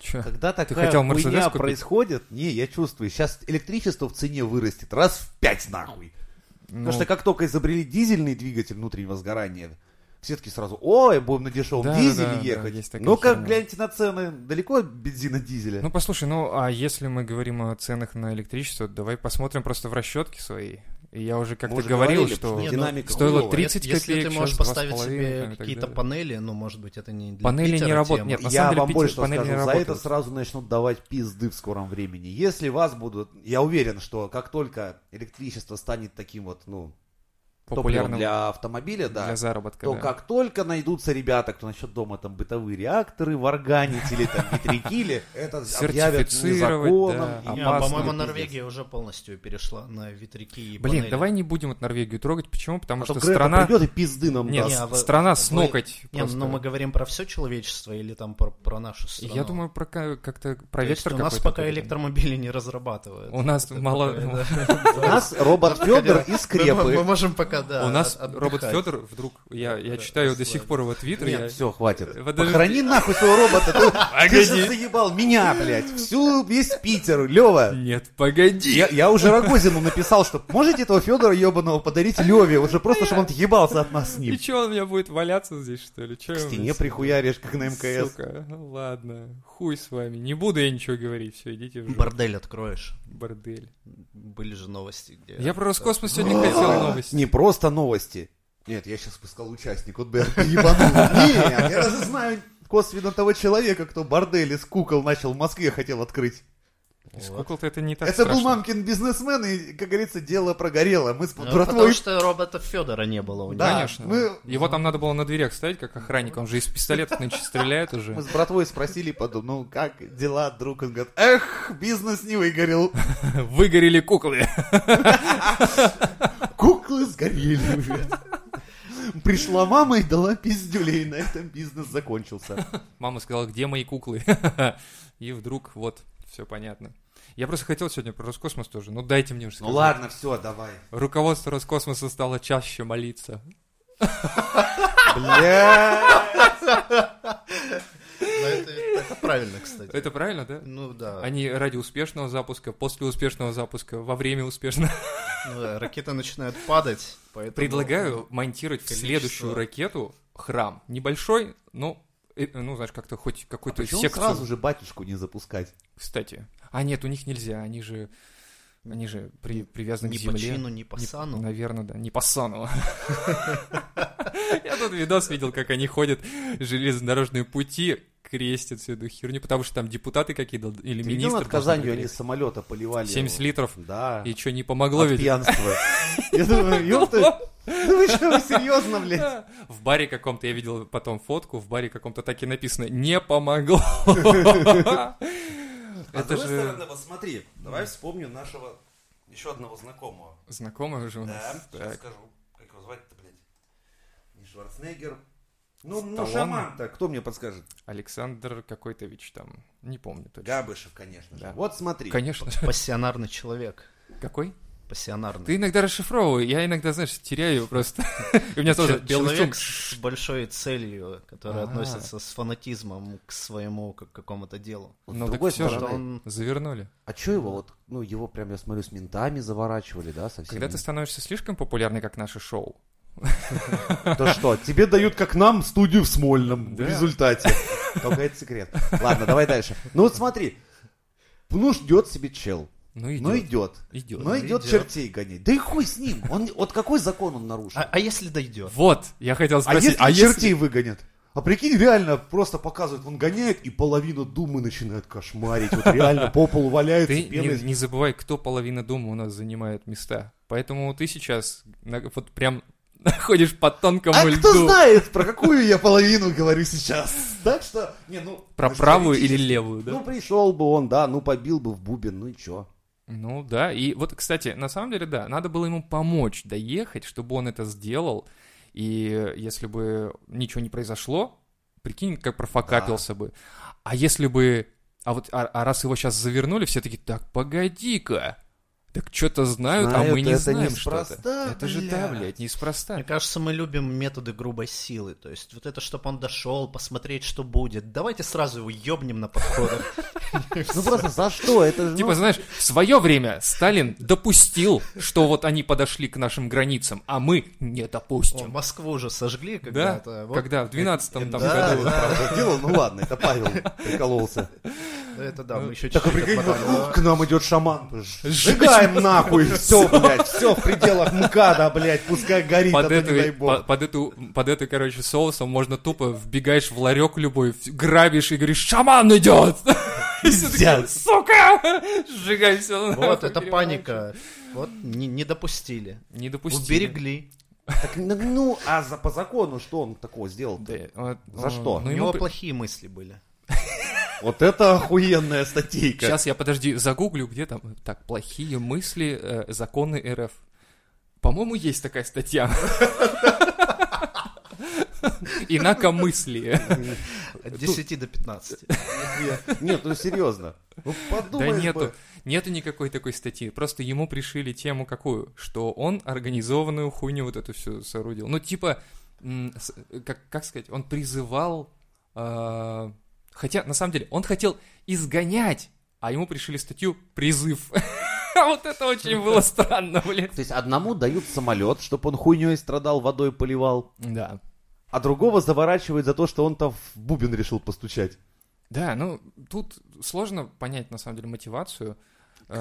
Speaker 1: Чё?
Speaker 2: Когда такая
Speaker 1: хотел
Speaker 2: хуйня
Speaker 1: «Мерседес» купить?
Speaker 2: происходит, не, я чувствую, сейчас электричество в цене вырастет раз в пять нахуй.
Speaker 1: Ну,
Speaker 2: Потому что как только изобрели дизельный двигатель внутреннего сгорания, все таки сразу, ой, будем на дешевом
Speaker 1: Да, да,
Speaker 2: дизеле
Speaker 1: да, да,
Speaker 2: ехать.
Speaker 1: есть такая
Speaker 2: ну как
Speaker 1: херня.
Speaker 2: гляньте на цены, далеко от бензина дизеля.
Speaker 1: Ну, послушай, ну, а если мы говорим о ценах на электричество, давай посмотрим просто в расчетке свои. И я уже
Speaker 2: Мы
Speaker 1: как-то
Speaker 2: уже
Speaker 1: говорил,
Speaker 2: говорили,
Speaker 1: что...
Speaker 2: Ну,
Speaker 3: Не,
Speaker 2: динамика
Speaker 1: стоило
Speaker 2: хуёвая.
Speaker 1: 30
Speaker 3: если, если
Speaker 1: копеек,
Speaker 3: ты можешь
Speaker 1: сейчас
Speaker 3: поставить
Speaker 1: 2,5 и
Speaker 3: себе
Speaker 1: так
Speaker 3: какие-то
Speaker 1: далее.
Speaker 3: панели, ну, может быть, это не для
Speaker 1: Панели не
Speaker 3: Питера
Speaker 1: работают,
Speaker 3: тема.
Speaker 1: нет, на
Speaker 2: я
Speaker 1: самом деле
Speaker 2: вам
Speaker 1: Питер-
Speaker 2: больше
Speaker 1: панели не
Speaker 2: скажу, за
Speaker 1: работают.
Speaker 2: это сразу начнут давать пизды в скором времени. Если вас будут, я уверен, что как только электричество станет таким вот, ну, топливом
Speaker 1: Популярным
Speaker 2: для автомобиля, да,
Speaker 1: для заработка.
Speaker 2: то
Speaker 1: да.
Speaker 2: как только найдутся ребята, кто насчет дома там бытовые реакторы варганить или там ветрякили, это объявят
Speaker 1: Сертифицировать,
Speaker 2: незаконом.
Speaker 1: да.
Speaker 2: и
Speaker 3: Не,
Speaker 1: Опасно,
Speaker 3: А, по-моему,
Speaker 2: пиздец.
Speaker 3: Норвегия уже полностью перешла на ветряки и
Speaker 1: Блин,
Speaker 3: панели.
Speaker 1: давай не будем вот Норвегию трогать. Почему? Потому
Speaker 2: А то
Speaker 1: что
Speaker 2: Грета
Speaker 1: страна...
Speaker 2: придет и пизды нам
Speaker 1: Нет,
Speaker 2: даст.
Speaker 3: Не, а вы-
Speaker 1: страна
Speaker 3: вы-
Speaker 1: с ноготь.
Speaker 3: Не,
Speaker 1: просто.
Speaker 3: ну мы говорим про все человечество или там про, про нашу страну?
Speaker 1: Я думаю, про ка- как-то про
Speaker 3: То есть
Speaker 1: вектор
Speaker 3: у нас
Speaker 1: какой-то
Speaker 3: пока
Speaker 1: будет.
Speaker 3: электромобили не разрабатывают.
Speaker 1: У нас
Speaker 3: Это
Speaker 1: мало-
Speaker 3: такое,
Speaker 2: У
Speaker 3: да.
Speaker 2: нас робот
Speaker 1: Ну,
Speaker 2: Федор из
Speaker 3: Мы, мы
Speaker 2: Крепы.
Speaker 3: можем пока, да,
Speaker 1: У нас
Speaker 3: от-
Speaker 1: робот
Speaker 3: отдыхать.
Speaker 1: Федор вдруг, я, я
Speaker 3: Да,
Speaker 1: читаю до
Speaker 3: расслабься.
Speaker 1: сих пор его твиттер, я-
Speaker 2: Нет, все, хватит.
Speaker 1: Подожди.
Speaker 2: Похорони нахуй своего робота. ты- Ты же
Speaker 1: Погоди.
Speaker 2: заебал меня, блядь. Всю, весь Питер, Лева.
Speaker 1: Нет, погоди.
Speaker 2: Я, я уже Рогозину написал, что можете этого Федора ебаного подарить Леве, уже просто, чтобы он ебался от нас с
Speaker 1: И
Speaker 2: ним.
Speaker 1: что, он у меня будет валяться здесь, что ли? Чё
Speaker 2: К
Speaker 1: я вам-
Speaker 2: стене прихуяришь, как на МКС.
Speaker 1: Сука, ну ладно, хуй с вами. Не буду я ничего говорить, все, идите в жопу.
Speaker 3: Бордель откроешь.
Speaker 1: Бордель.
Speaker 3: Были же новости, где...
Speaker 1: Я про Роскосмос сегодня хотел
Speaker 3: А,
Speaker 1: новости.
Speaker 2: Не просто новости. Нет, я сейчас бы сказал участник, вот бы я ебанул. Нет, я даже знаю косвенно того человека, кто бордель из кукол начал в Москве хотел открыть.
Speaker 1: Из кукол-то это не так
Speaker 2: Это был
Speaker 1: страшно.
Speaker 2: мамкин бизнесмен, и, как говорится, дело прогорело. Мы с
Speaker 3: Ну,
Speaker 2: братвой...
Speaker 3: потому что робота Федора не было у него.
Speaker 2: Да,
Speaker 1: Конечно.
Speaker 2: мы-
Speaker 1: Его там надо было на дверях ставить, как охранник. Он же из пистолета нынче стреляет уже.
Speaker 2: Мы с братвой спросили, подумал, ну как дела, друг? Он говорит, эх, бизнес не выгорел.
Speaker 1: Выгорели куклы.
Speaker 2: Куклы сгорели уже. Пришла мама и дала пиздюлей, на этом бизнес закончился.
Speaker 1: Мама сказала, где мои куклы? И вдруг вот, все понятно. Я просто хотел сегодня про Роскосмос тоже. Ну дайте мне уже сказать.
Speaker 2: все, давай.
Speaker 1: Руководство Роскосмоса стало чаще молиться.
Speaker 2: Бля.
Speaker 3: Но это, это правильно, кстати. кстати.
Speaker 1: Это правильно, да?
Speaker 3: Ну да.
Speaker 1: Они ради успешного запуска, после успешного запуска, во время успешного.
Speaker 3: Ну да, ракеты начинают падать, поэтому...
Speaker 2: Ну,
Speaker 1: Предлагаю монтировать в
Speaker 3: количество-
Speaker 1: следующую ракету храм. Небольшой, но э, ну, знаешь, как-то хоть
Speaker 2: А
Speaker 1: какой-то
Speaker 2: почему
Speaker 1: секцию.
Speaker 2: сразу же батюшку не запускать?
Speaker 1: Кстати. А нет, у них нельзя, они же они же при- привязаны
Speaker 3: Ни
Speaker 1: к
Speaker 3: по
Speaker 1: земле.
Speaker 3: чину, ни по сану.
Speaker 1: Наверное, да. Не по сану. Я тут видос видел, как они ходят железнодорожные пути, крестят всю эту херню, потому что там депутаты какие-то или
Speaker 2: Ты видел,
Speaker 1: министры.
Speaker 2: над Казанью они с самолета поливали?
Speaker 1: 70
Speaker 2: его?
Speaker 1: литров.
Speaker 2: Да.
Speaker 1: И Ну что, не
Speaker 2: От
Speaker 1: помогло ведь?
Speaker 2: пьянства. Я думаю, ёпта, да вы что, вы серьезно, блядь?
Speaker 1: Да. В баре каком-то, я видел потом фотку, в баре каком-то так и написано «Не помогло».
Speaker 2: А с
Speaker 1: Это
Speaker 2: другой
Speaker 1: же
Speaker 2: стороны, вот смотри, давай вспомним нашего еще одного знакомого.
Speaker 1: знакомый же у
Speaker 2: Да,
Speaker 1: нас.
Speaker 2: сейчас
Speaker 1: Ну, Так.
Speaker 2: скажу. Как его звать-то, блядь? Не Шварценеггер. Ну, ну,
Speaker 1: Сталлоне?
Speaker 2: шаман. Так, кто мне подскажет?
Speaker 1: Александр какой-то-вич там, не помню точно.
Speaker 2: Габышев, конечно же.
Speaker 1: Да.
Speaker 2: Вот смотри.
Speaker 1: Конечно.
Speaker 3: Пассионарный человек.
Speaker 1: Какой?
Speaker 3: Пассионарный.
Speaker 1: Ты иногда расшифровывай, я иногда, знаешь, теряю просто. И у меня тоже
Speaker 3: Че-
Speaker 1: белый
Speaker 3: человек
Speaker 1: шум.
Speaker 3: с большой целью, который
Speaker 1: А.
Speaker 3: относится с фанатизмом к своему как, какому-то делу.
Speaker 2: Вот
Speaker 1: Ну, так
Speaker 2: с другой
Speaker 1: всё же
Speaker 2: стороны,
Speaker 3: Что он-
Speaker 1: Завернули.
Speaker 2: а что его вот, ну, его прям, я смотрю, с ментами заворачивали, да, совсем?
Speaker 1: Когда ты становишься слишком популярный, как наше шоу,
Speaker 2: Да что, тебе дают, как нам, студию в Смольном
Speaker 1: Да.
Speaker 2: в результате. Только это секрет. Ладно, давай дальше. Ну вот смотри, ну ждет себе чел,
Speaker 1: ну
Speaker 2: ну
Speaker 1: идет.
Speaker 2: идет,
Speaker 1: Идет.
Speaker 2: ну идет
Speaker 3: идёт.
Speaker 2: чертей гонять. Да и хуй с ним, он, вот какой закон он нарушил?
Speaker 3: А, а если дойдет?
Speaker 1: Вот, я хотел
Speaker 2: А если
Speaker 1: спросить, а если...
Speaker 2: чертей выгонят? А прикинь, реально просто показывают, он гоняет, и половина думы начинает кошмарить. Вот реально по полу валяется.
Speaker 1: Ты не,
Speaker 2: пеной.
Speaker 1: не забывай, кто половина дома у нас занимает места. Поэтому ты сейчас на- вот прям находишь по тонкому
Speaker 2: А
Speaker 1: льду
Speaker 2: кто знает, про какую я половину говорю сейчас? Так что, не, ну...
Speaker 1: про
Speaker 2: ну,
Speaker 1: правую
Speaker 2: смотрите,
Speaker 1: или левую, да?
Speaker 2: Ну, пришел бы он, да, ну, побил бы в бубен, ну и чё?
Speaker 1: Ну да, и вот, кстати, на самом деле, да, надо было ему помочь доехать, чтобы он это сделал, и если бы ничего не произошло, прикинь, как профокапился бы. А если бы... А вот, а, а раз его сейчас завернули, все такие, так, погоди-ка, так что-то знают, а мы не
Speaker 2: это
Speaker 1: знаем
Speaker 2: неспроста,
Speaker 1: что-то. Это же, да, блядь, неспроста.
Speaker 3: Мне кажется, мы любим методы грубой силы. То есть вот это, чтобы он дошел, посмотреть, что будет. Давайте сразу его ёбнем на подходах.
Speaker 2: Ну, просто за что? Это же, ну,
Speaker 1: Типа, знаешь, в свое время Сталин допустил, что вот они подошли к нашим границам, а мы не
Speaker 3: О,
Speaker 1: допустим.
Speaker 3: Москву уже сожгли
Speaker 1: Да?
Speaker 3: когда-то. Вот
Speaker 1: Когда в 12-м там
Speaker 3: Да,
Speaker 1: году.
Speaker 2: правда, правда, делал, ну ладно, это Павел прикололся.
Speaker 3: Это
Speaker 1: Ну,
Speaker 3: да, мы еще
Speaker 2: Так, а
Speaker 3: чуть-чуть
Speaker 2: прикинь, вот,
Speaker 3: отмотали.
Speaker 2: «Ух, к нам идет шаман. Сжигаем нахуй, все, блядь, все в пределах МКАДа, блядь, пускай горит, а
Speaker 1: под
Speaker 2: то не дай
Speaker 1: эту,
Speaker 2: бог.
Speaker 1: по- под эту, под эту, короче, соусом можно тупо вбегаешь в ларек любой, в- грабишь и говоришь, шаман идет! И все такие,
Speaker 2: Пиздец.
Speaker 1: Сука! Сжигай все.
Speaker 3: Вот, это паника. Вот, не, не допустили.
Speaker 1: Не допустили.
Speaker 3: Уберегли.
Speaker 2: Так, ну, ну, а за, по закону что он такого сделал-то?
Speaker 1: Да, вот,
Speaker 2: За
Speaker 1: ну,
Speaker 2: что?
Speaker 1: ну,
Speaker 3: У
Speaker 1: ему
Speaker 3: него
Speaker 1: при- Э,
Speaker 3: плохие мысли были.
Speaker 2: Вот это охуенная статейка.
Speaker 1: Сейчас я, подожди, загуглю, где там. Так, плохие мысли, э, законы РФ. По-моему, есть такая статья. Инакомыслие.
Speaker 3: От 10 до 15.
Speaker 2: Нет, ну серьезно. Ну
Speaker 1: Да
Speaker 2: подумаешь
Speaker 1: нету,
Speaker 2: бы.
Speaker 1: нету никакой такой статьи. Просто ему пришили тему какую? Что он организованную хуйню вот эту всю соорудил. Ну, типа, м, с- как, как сказать, он призывал... а, хотя, на самом деле, он хотел изгонять, а ему пришили статью «Призыв». Вот это очень было странно, блядь.
Speaker 2: То есть одному дают самолет, чтобы он хуйней страдал, водой поливал,
Speaker 1: Да.
Speaker 2: а другого заворачивают за то, что он там в бубен решил постучать.
Speaker 1: Да, ну, тут сложно понять, на самом деле, мотивацию.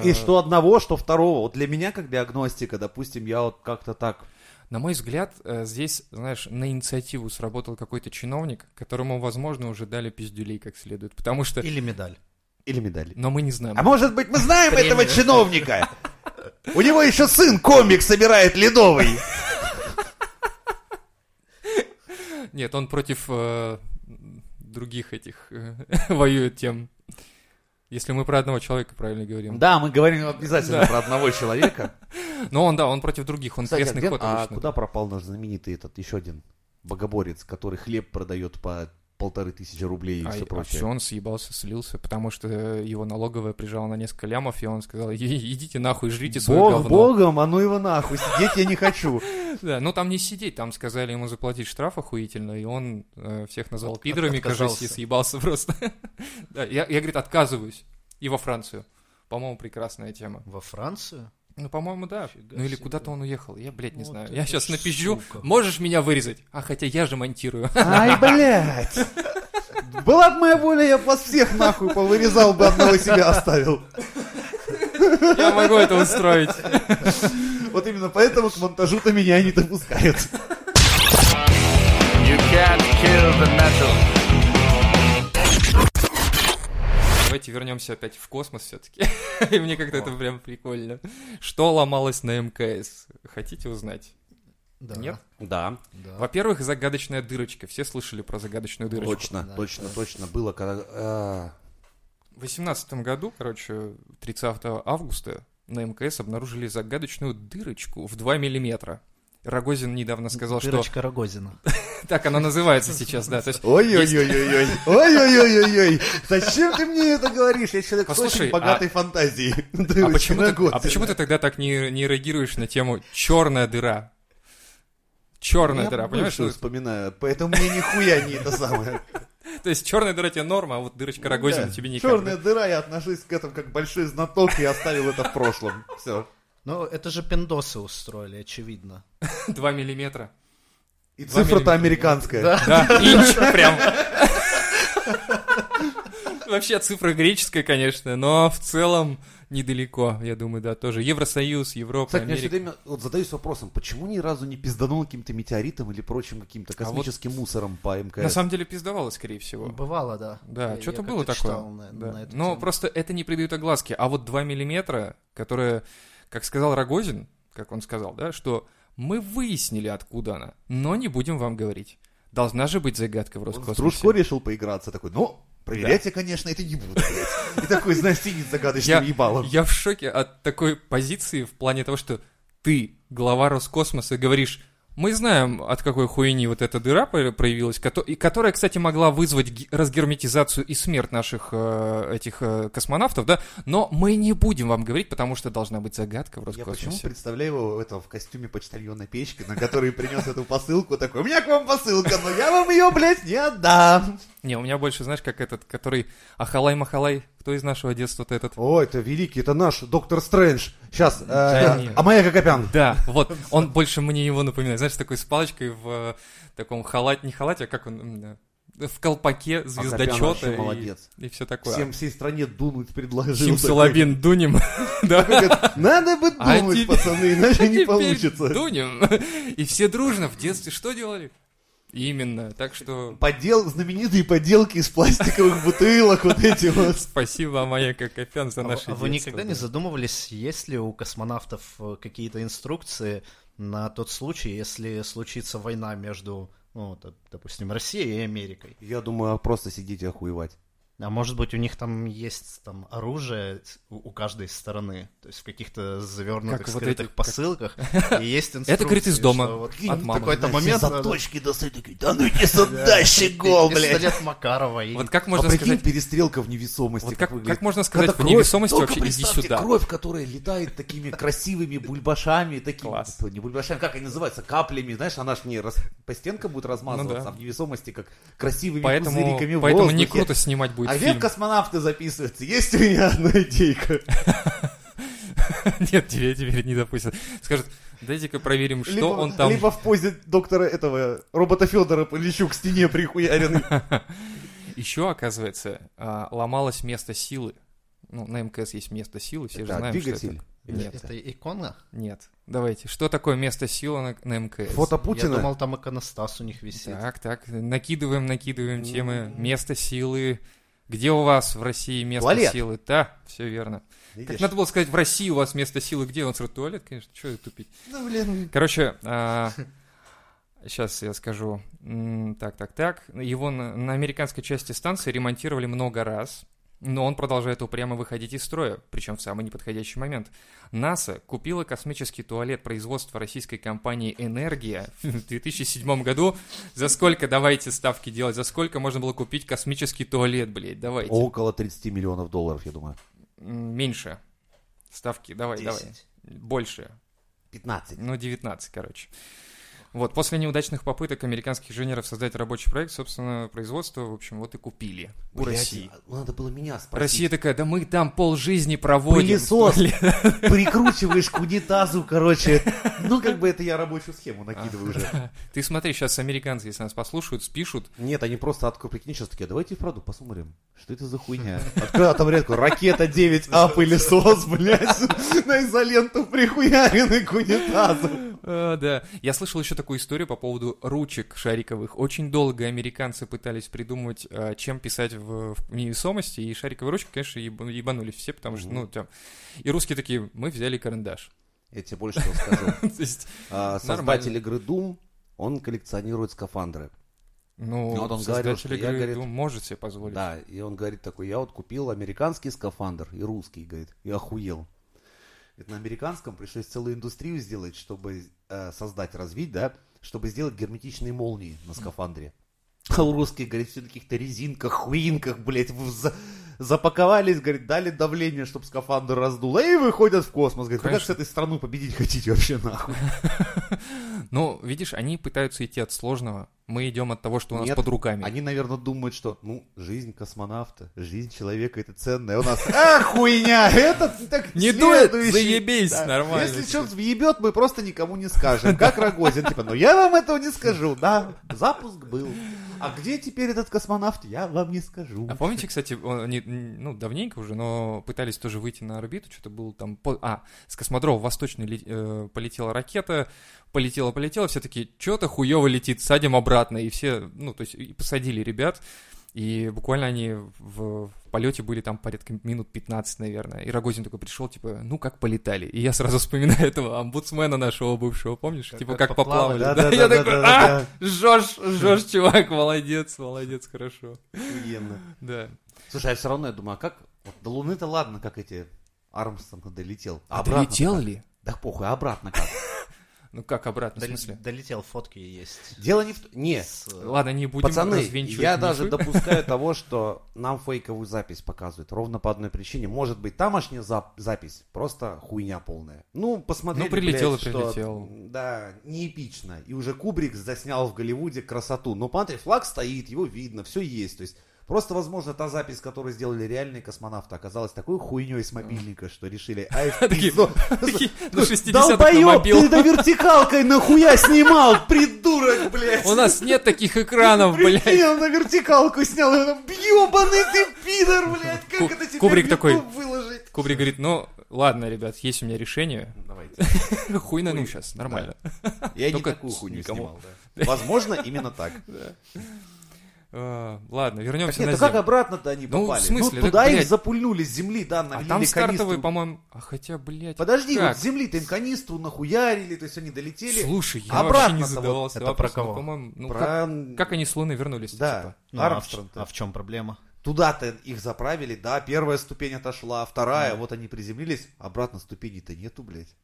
Speaker 2: И
Speaker 1: Э,
Speaker 2: что одного, что второго. Вот для меня, как диагностика, допустим, я вот как-то так.
Speaker 1: На мой взгляд, э, здесь, знаешь, на инициативу сработал какой-то чиновник, которому, возможно, уже дали пиздюлей как следует, потому что...
Speaker 3: Или медаль.
Speaker 2: Или медали.
Speaker 1: Но мы не знаем.
Speaker 2: А может быть, мы знаем
Speaker 3: Премию.
Speaker 2: этого чиновника? У него еще сын комик собирает ледовый.
Speaker 1: Нет, он против э, других этих э, воюет тем... Если мы про одного человека правильно говорим.
Speaker 2: Да, мы говорим обязательно про одного человека.
Speaker 1: Но он, да, он против других, он
Speaker 2: Кстати, а
Speaker 1: крестный
Speaker 2: где-
Speaker 1: ход
Speaker 2: а
Speaker 1: обычно.
Speaker 2: куда пропал наш знаменитый этот еще один богоборец, который хлеб продает по полторы тысячи рублей и
Speaker 1: А,
Speaker 2: все
Speaker 1: а
Speaker 2: прочее.
Speaker 1: всё, он съебался, слился, потому что э, его налоговая прижала на несколько лямов, и он сказал, «И- идите нахуй, жрите свое
Speaker 2: Бог
Speaker 1: говно.
Speaker 2: богом, а ну его нахуй, сидеть я не хочу.
Speaker 1: Да, ну там не сидеть, там сказали ему заплатить штраф охуительно, и он э, всех назвал
Speaker 3: От- от-
Speaker 1: пидорами, кажется,
Speaker 3: отказался.
Speaker 1: и съебался просто. Да, я, я, говорит, отказываюсь. И во Францию. По-моему, прекрасная тема.
Speaker 3: Во Францию?
Speaker 1: Ну, по-моему, да.
Speaker 3: Фига
Speaker 1: ну или
Speaker 3: себе.
Speaker 1: куда-то он уехал, я, блядь, не
Speaker 3: Вот
Speaker 1: знаю.
Speaker 3: это
Speaker 1: Я сейчас
Speaker 3: ж
Speaker 1: напизжу,
Speaker 3: сука.
Speaker 1: можешь меня вырезать? А хотя я же монтирую.
Speaker 2: Ай, блядь. Была бы моя воля, я бы вас всех нахуй повырезал бы, одного себя оставил.
Speaker 1: Я могу это устроить.
Speaker 2: Вот именно поэтому к монтажу-то меня и не допускают.
Speaker 4: You can't kill the metal.
Speaker 1: Давайте вернемся опять в космос все-таки. И мне как-то это прям прикольно. Что ломалось на МКС? Хотите узнать?
Speaker 3: Да.
Speaker 1: Нет?
Speaker 2: Да,
Speaker 3: Да.
Speaker 1: Во-первых, загадочная дырочка. Все слышали про загадочную дырочку?
Speaker 2: точно,
Speaker 3: Да,
Speaker 2: точно,
Speaker 3: да.
Speaker 2: точно. Было когда... а,
Speaker 1: В 18 году, короче, 30 августа на МКС обнаружили загадочную дырочку в 2 миллиметра. Рогозин недавно сказал,
Speaker 3: Дырочка Рогозина.
Speaker 1: что так она называется сейчас, да. То есть, а
Speaker 2: Ой-ой-ой-ой-ой. Ой-ой-ой-ой-ой. Зачем ты мне это говоришь? Я человек с
Speaker 1: Послушай,
Speaker 2: очень богатой фантазией.
Speaker 1: а, почему ты, а почему ты тогда так не, не реагируешь на тему черная дыра? Черная
Speaker 2: Я
Speaker 1: дыра, понимаешь?
Speaker 2: больше
Speaker 1: Ну,
Speaker 2: вспоминаю, поэтому мне нихуя не это самое.
Speaker 1: То есть черная дыра тебе норма, а вот дырочка Рогозина тебе не
Speaker 2: Ну, Черная дыра, я отношусь к этому как большой знаток и оставил это в прошлом. Все.
Speaker 3: Ну, это же пиндосы устроили, очевидно.
Speaker 1: 2 миллиметра.
Speaker 2: И
Speaker 1: Два
Speaker 2: цифра-то
Speaker 1: миллиметра.
Speaker 2: американская.
Speaker 1: Да, инч прям. Вообще цифра греческая, конечно, но в целом недалеко, я думаю, да, тоже. Евросоюз, Европа,
Speaker 2: Кстати, я все
Speaker 1: Америка.
Speaker 2: время вот задаюсь вопросом, почему ни разу не пизданул каким-то метеоритом или прочим каким-то
Speaker 1: А вот
Speaker 2: космическим мусором по МКС?
Speaker 1: На самом деле пиздовало, скорее всего.
Speaker 3: Бывало, да.
Speaker 1: Да,
Speaker 3: Я-
Speaker 1: что-то
Speaker 3: я
Speaker 1: было
Speaker 3: как-то
Speaker 1: такое.
Speaker 3: читал на-
Speaker 1: Да.
Speaker 3: на эту
Speaker 1: Но
Speaker 3: тему.
Speaker 1: просто это не придают огласки. А вот 2 миллиметра, которые, как сказал Рогозин, как он сказал, да, что мы выяснили, откуда она, но не будем вам говорить. Должна же быть загадка в
Speaker 2: Он с
Speaker 1: Роскосмосе.
Speaker 2: дружкой решил поиграться, такой, ну, проверять я, конечно, это не буду, блядь. И такой, знаешь, сидит
Speaker 1: Я,
Speaker 2: загадочным ебалом.
Speaker 1: я в шоке от такой позиции в плане того, что ты, глава Роскосмоса, говоришь, мы знаем, от какой хуйни вот эта дыра по- проявилась, кото- и которая, кстати, могла вызвать ги- разгерметизацию и смерть наших э, этих э, космонавтов, да, но мы не будем вам говорить, потому что должна быть загадка в
Speaker 2: Я почему
Speaker 1: Роскосмосе.
Speaker 2: представляю его этого в костюме почтальона печки, на который принес эту посылку, такой, у меня к вам посылка, но я вам ее, блядь, не отдам.
Speaker 1: Не, у меня больше, знаешь, как этот, который Ахалай-Махалай, кто из нашего детства-то этот?
Speaker 2: О, это великий, это наш доктор Стрэндж. Сейчас,
Speaker 1: Да нет.
Speaker 2: а моя Кокопян.
Speaker 1: Да, вот, он больше мне его напоминает. Знаешь, с такой с палочкой в э, таком халате, не халате, а как он, м, э, в колпаке звездочета.
Speaker 2: А вообще
Speaker 1: и-
Speaker 2: молодец.
Speaker 1: И все такое.
Speaker 2: Всем всей стране дунуть предложил.
Speaker 1: Сим
Speaker 2: такой.
Speaker 1: Силабин дунем. Да.
Speaker 2: Говорит, Надо бы
Speaker 1: А
Speaker 2: думать,
Speaker 1: теперь-
Speaker 2: пацаны, иначе не
Speaker 1: Теперь
Speaker 2: получится.
Speaker 1: Дунем. И все дружно в детстве что делали? Именно, так что
Speaker 2: Подел... Знаменитые поделки из пластиковых бутылок, вот эти вот.
Speaker 1: спасибо, Майя Кокопян, за
Speaker 3: А
Speaker 1: наше
Speaker 3: вы- а вы
Speaker 1: детство,
Speaker 3: никогда не
Speaker 1: да.
Speaker 3: задумывались, есть ли у космонавтов э, какие-то инструкции на тот случай, если случится война между, ну, д- допустим, Россией и Америкой?
Speaker 2: Я думаю, а просто сидите охуевать.
Speaker 3: А может быть, у них там есть там оружие с- у у каждой стороны, то есть в каких-то завернутых
Speaker 1: Как вот
Speaker 3: скрытых
Speaker 1: эти- как-
Speaker 3: посылках, и есть инструкции.
Speaker 1: Это, говорит, из
Speaker 3: что
Speaker 1: дома.
Speaker 3: вот
Speaker 1: От
Speaker 3: в
Speaker 1: мамы.
Speaker 3: Какой-то
Speaker 2: Знаешь,
Speaker 3: момент
Speaker 2: все
Speaker 3: надо-
Speaker 2: заточки достают, такие, да ну иди сюда, щегол,
Speaker 3: и-
Speaker 2: блядь.
Speaker 3: Пистолет Макарова и...
Speaker 1: Вот как
Speaker 2: А
Speaker 1: можно
Speaker 2: прикинь,
Speaker 1: сказать...
Speaker 2: перестрелка в невесомости.
Speaker 1: Вот как,
Speaker 2: выглядит.
Speaker 1: как можно сказать,
Speaker 2: Когда
Speaker 1: в
Speaker 2: кровь-
Speaker 1: невесомости
Speaker 2: только
Speaker 1: вообще иди
Speaker 2: представьте,
Speaker 1: сюда.
Speaker 2: кровь, которая летает такими красивыми бульбашами, такими,
Speaker 1: Класс.
Speaker 2: ну, не бульбашами, как они называются, каплями, знаешь, она ж не раз- по стенкам будет размазываться,
Speaker 1: Ну да.
Speaker 2: а в невесомости как красивыми
Speaker 1: Поэтому,
Speaker 2: пузыриками в
Speaker 1: поэтому не
Speaker 2: воздухе.
Speaker 1: круто снимать будет
Speaker 2: а где
Speaker 1: фильм.
Speaker 2: космонавты записываются? Есть у меня одна идейка.
Speaker 1: Нет, тебе теперь не допустят. Скажут, дайте-ка проверим, что
Speaker 2: либо,
Speaker 1: он там...
Speaker 2: либо в позе доктора этого, робота Федора полечу к стене прихуяренный.
Speaker 1: Еще, оказывается, а, ломалось место силы. Ну, на мкс есть место силы, все же
Speaker 2: Так,
Speaker 1: знаем, что
Speaker 2: двигатель.
Speaker 1: это.
Speaker 2: Или
Speaker 1: Нет.
Speaker 2: это?
Speaker 3: Это икона?
Speaker 1: Нет. Давайте, что такое место силы на, на МКС?
Speaker 2: Фото
Speaker 3: Я
Speaker 2: Путина.
Speaker 3: думал, там иконостас у них висит.
Speaker 1: Так, так, накидываем, накидываем темы. Место силы. Где у вас в России место
Speaker 2: Туалет.
Speaker 1: силы? Да, все верно.
Speaker 2: Видишь?
Speaker 1: Так надо было сказать, в России у вас место силы где? Он сразу туалет, конечно, что тупить.
Speaker 2: Ну, блин.
Speaker 1: Короче, сейчас я скажу. М, Так, так, так. Его на, на американской части станции ремонтировали много раз. Но он продолжает упрямо выходить из строя, причем в самый неподходящий момент. НАСА купила космический туалет производства российской компании «Энергия» в 2007 году. За сколько, давайте ставки делать, за сколько можно было купить космический туалет, блядь, давайте.
Speaker 2: Около 30 миллионов долларов, я думаю.
Speaker 1: М, Меньше. Ставки, давай, давай.
Speaker 3: 10.
Speaker 1: Больше.
Speaker 2: 15.
Speaker 1: Ну, 19, короче. Вот, после неудачных попыток американских инженеров создать рабочий проект, собственно, производство, в общем, вот и купили. У
Speaker 2: Блядь,
Speaker 1: России.
Speaker 2: а Надо было меня
Speaker 1: Россия
Speaker 2: спросить.
Speaker 1: такая, да мы там полжизни проводим.
Speaker 2: Пылесос прикручиваешь к унитазу, короче. Ну, как бы это я рабочую схему накидываю уже.
Speaker 1: Ты смотри, сейчас американцы, если нас послушают, спишут.
Speaker 2: Нет, они просто открыли, прикинь, сейчас такие, давайте и вправду посмотрим, что это за хуйня. Открыл, а там редко, ракета 9А, пылесос, блядь, на изоленту прихуяренный к унитазу.
Speaker 1: А, да. Я слышал еще такую историю по поводу ручек шариковых. Очень долго американцы пытались придумывать, а, чем писать в, в невесомости, и шариковые ручки, конечно, еб- ебанулись все, потому что, ну, там... И русские такие, мы взяли карандаш.
Speaker 2: Я тебе больше того скажу.
Speaker 1: То есть,
Speaker 2: А, Создатель игры Doom, он коллекционирует скафандры.
Speaker 1: ну,
Speaker 2: Ну, вот он
Speaker 1: создатели
Speaker 2: говорил, что я,
Speaker 1: игры,
Speaker 2: говорит,
Speaker 1: думаю, может себе позволить.
Speaker 2: Да, и он говорит такой, я вот купил американский скафандр и русский, говорит, и охуел. Говорит, на американском пришлось целую индустрию сделать, чтобы э, создать, развить, да, чтобы сделать герметичные молнии на скафандре. А у русских, говорит, все на каких-то резинках, хуинках, блядь, в- за- запаковались, говорит, дали давление, чтобы скафандр раздуло, и выходят в космос. Говорит, вы как с
Speaker 1: Конечно.
Speaker 2: этой страну победить хотите вообще, нахуй?
Speaker 1: Но, Ну, видишь, они пытаются идти от сложного. Мы идем от того, что у нас
Speaker 2: Нет,
Speaker 1: под руками.
Speaker 2: Они, наверное, думают, что, ну, жизнь космонавта, жизнь человека это ценная. У нас, а, хуйня, этот так
Speaker 1: Не дует,
Speaker 2: следующий».
Speaker 1: заебись, нормально.
Speaker 2: Если что-то въебет, мы просто никому не скажем. Как Рогозин, типа, ну я вам этого не скажу, да, запуск был. А где теперь этот космонавт, я вам не скажу.
Speaker 1: А помните, кстати, о- они, м, ну, давненько уже, но пытались тоже выйти на орбиту, что-то было там... по- А, с космодрома Восточный ли- э, полетела ракета, полетела-полетела, все таки что-то хуёво летит, садим обратно, и все, ну, то есть и посадили ребят, и буквально они в, полете были там порядка минут 15, наверное, и Рогозин такой пришел, типа, ну, как полетали, и я сразу вспоминаю этого омбудсмена нашего бывшего, помнишь, типа,
Speaker 3: как
Speaker 1: как поплавали,
Speaker 2: поплавали.
Speaker 1: да, я
Speaker 2: Да-да-да-да-да.
Speaker 1: такой, а, жжешь, жжешь, чувак, молодец, молодец, хорошо,
Speaker 2: Охуенно.
Speaker 1: да.
Speaker 2: Слушай, я все равно, я думаю, а как, вот до Луны-то ладно, как эти Армс там долетел. А
Speaker 1: ты
Speaker 2: обратно-то
Speaker 1: летел
Speaker 2: как?
Speaker 1: ли?
Speaker 2: Да похуй, а обратно как?
Speaker 1: Ну как обратно, в
Speaker 3: Дол-
Speaker 1: смысле?
Speaker 3: Долетел, фотки есть.
Speaker 2: Дело не в... т- Не,
Speaker 3: С- э,
Speaker 1: Ладно, не будем
Speaker 2: Пацаны,
Speaker 1: развенчивать
Speaker 2: я
Speaker 1: мифы.
Speaker 2: даже допускаю того, что нам фейковую запись показывают. Ровно по одной причине. Может быть, тамошняя зап- запись просто хуйня полная. Ну, посмотрели,
Speaker 1: Ну, прилетел
Speaker 2: блядь,
Speaker 1: и
Speaker 2: что,
Speaker 1: прилетел.
Speaker 2: Да, не эпично. И уже Кубрик заснял в Голливуде красоту. Но, смотри, флаг стоит, его видно, все есть. То есть, просто, возможно, та запись, которую сделали реальные космонавты, оказалась такой хуйней с мобильника, что решили, ай, в
Speaker 1: Такие,
Speaker 2: пизду».
Speaker 1: такие, на 60-х на
Speaker 2: Долбоёб,
Speaker 1: мобил.
Speaker 2: ты на вертикалкой нахуя снимал, придурок, блядь!
Speaker 1: У нас нет таких экранов,
Speaker 2: Прикинь,
Speaker 1: блядь.
Speaker 2: он на вертикалку снял, и он ебаный ты пидор, блядь, как
Speaker 1: Ку-
Speaker 2: это тебе
Speaker 1: Кубрик
Speaker 2: в YouTube
Speaker 1: такой.
Speaker 2: выложить?
Speaker 1: Кубрик говорит, ну, ладно, ребят, есть у меня решение.
Speaker 2: Ну, Давайте.
Speaker 1: Хуй на ну сейчас, нормально.
Speaker 2: Я не
Speaker 1: Только
Speaker 2: такую хуйню
Speaker 1: никому.
Speaker 2: снимал, да. Возможно, именно так.
Speaker 1: Э, Ладно, вернемся
Speaker 2: Нет,
Speaker 1: на
Speaker 2: а как
Speaker 1: землю.
Speaker 2: обратно-то они
Speaker 1: Ну, в
Speaker 2: попали?
Speaker 1: смысле,
Speaker 2: Ну,
Speaker 1: так,
Speaker 2: туда их
Speaker 1: блядь.
Speaker 2: запульнули с земли, да,
Speaker 1: А
Speaker 2: налили
Speaker 1: там стартовые,
Speaker 2: канистру.
Speaker 1: по-моему... А хотя, блядь...
Speaker 2: Подожди,
Speaker 1: как?
Speaker 2: вот с земли-то им канистру нахуярили, то есть они долетели.
Speaker 1: Слушай, я
Speaker 2: Обратно-то
Speaker 1: вообще не
Speaker 2: вот
Speaker 1: задавался
Speaker 3: это про
Speaker 1: вопросом,
Speaker 3: кого?
Speaker 1: ну, по-моему, ну,
Speaker 2: Про-
Speaker 1: как- типа? Как они с Луны вернулись?
Speaker 2: Да,
Speaker 3: Ну, а, в,
Speaker 2: Армстронг.
Speaker 3: а в чем проблема?
Speaker 2: Туда-то их заправили, да, первая ступень отошла, вторая, вот они приземлились, обратно ступеней-то нету, блядь.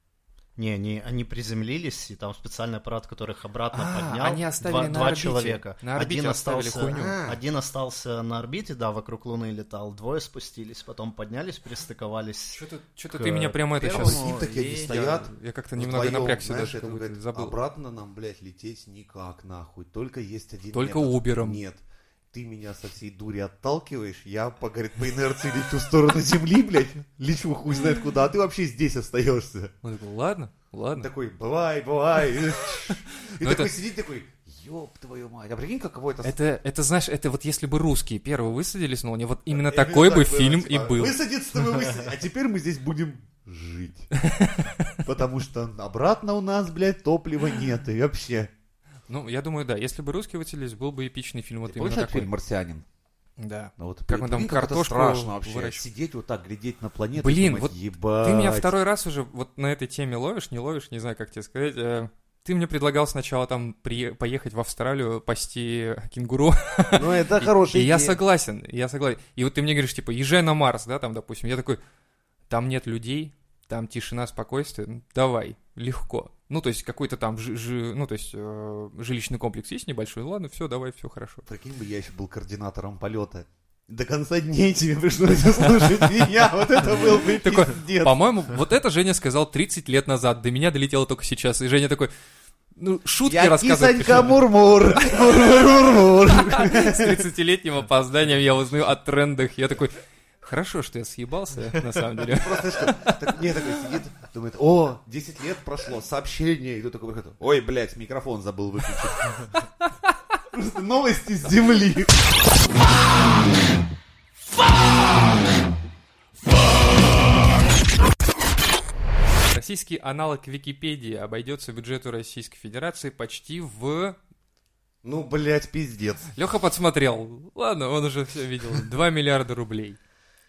Speaker 3: Не, не, они приземлились, и там специальный аппарат, который их обратно
Speaker 1: А,
Speaker 3: поднял.
Speaker 1: они оставили
Speaker 3: два,
Speaker 1: на
Speaker 3: два
Speaker 1: орбите.
Speaker 3: человека.
Speaker 1: На орбите
Speaker 3: один
Speaker 1: оставили
Speaker 3: остался,
Speaker 1: хуйню.
Speaker 2: А.
Speaker 3: один остался на орбите, да, вокруг Луны летал. Двое спустились, потом поднялись, пристыковались.
Speaker 1: Что-то
Speaker 3: К
Speaker 1: ты меня прямо это
Speaker 3: первому
Speaker 1: сейчас...
Speaker 2: С ним так и они
Speaker 3: и-
Speaker 2: стоят.
Speaker 1: Я как-то немного
Speaker 2: Вдвоем,
Speaker 1: напрягся
Speaker 2: знаешь,
Speaker 1: даже,
Speaker 2: это
Speaker 1: как будто
Speaker 2: говорит,
Speaker 1: забыл.
Speaker 2: Обратно нам, блядь, лететь никак, нахуй. Только есть один
Speaker 1: Только
Speaker 2: метод.
Speaker 1: Убером.
Speaker 2: Нет. Ты меня со всей дури отталкиваешь, я, по- говорит, по инерции лечу в сторону земли, блядь, лечу хуй знает куда, а ты вообще здесь остаешься.
Speaker 1: Он такой, Ну, ладно,
Speaker 2: Он
Speaker 1: ладно.
Speaker 2: такой, бывай, бывай. И
Speaker 1: Ну
Speaker 2: такой
Speaker 1: это-
Speaker 2: сидит, такой, ёб твою мать. А прикинь, каково это...
Speaker 1: Это, это, знаешь, это вот если бы русские первые высадились, ну, они вот именно
Speaker 2: Именно
Speaker 1: такой
Speaker 2: так
Speaker 1: бы
Speaker 2: было,
Speaker 1: фильм и
Speaker 2: типа,
Speaker 1: был.
Speaker 2: Высадиться-то мы высадились, а теперь мы здесь будем жить. Потому что обратно у нас, блядь, топлива нет и вообще.
Speaker 1: Ну, я думаю, да, если бы русские высадились, был бы эпичный фильм вот
Speaker 2: Ты
Speaker 1: именно
Speaker 2: помнишь этот
Speaker 1: такой.
Speaker 2: фильм «Марсианин»?
Speaker 1: Да.
Speaker 2: Ну вот
Speaker 1: Как он там
Speaker 2: прикинь, как это
Speaker 1: картошку
Speaker 2: страшно вообще.
Speaker 1: выращивает.
Speaker 2: Сидеть вот так, глядеть на планету.
Speaker 1: Блин,
Speaker 2: и думать,
Speaker 1: вот
Speaker 2: ебать.
Speaker 1: Ты меня второй раз уже вот на этой теме ловишь, не ловишь, не знаю, как тебе сказать. Э, Ты мне предлагал сначала там при... поехать в Австралию пасти кенгуру.
Speaker 2: Ну, это хорошая
Speaker 1: И я
Speaker 2: идея.
Speaker 1: согласен, я согласен. И вот ты мне говоришь, типа, езжай на Марс, да, там, допустим. Я такой, там нет людей, там тишина, спокойствие, ну, давай, легко. Ну, то есть какой-то там, жи- жи- ну, то есть э, жилищный комплекс есть небольшой, ладно, все, давай, все хорошо.
Speaker 2: Прикинь бы, я еще был координатором полета. До конца дней тебе пришлось слушать меня. Вот это был бы
Speaker 1: Такой,
Speaker 2: пиздец.
Speaker 1: По-моему, вот это Женя сказал 30 лет назад, до меня долетело только сейчас. И Женя такой, ну, шутки
Speaker 2: Я
Speaker 1: рассказывать
Speaker 2: кисонька Мурмур. Мурмур-мурмур. Ну,
Speaker 1: С 30-летним опозданием я узнаю о трендах. Я такой, хорошо, что я съебался, на самом деле.
Speaker 2: Просто что? так мне такой сидит, думает, о, 10 лет прошло, сообщение. И тут такой выход. Ой, блядь, микрофон забыл выключить. Просто новости с земли.
Speaker 1: Российский аналог Википедии обойдется бюджету Российской Федерации почти в...
Speaker 2: Ну, блядь, пиздец.
Speaker 1: Леха подсмотрел. Ладно, он уже все видел. 2 миллиарда рублей.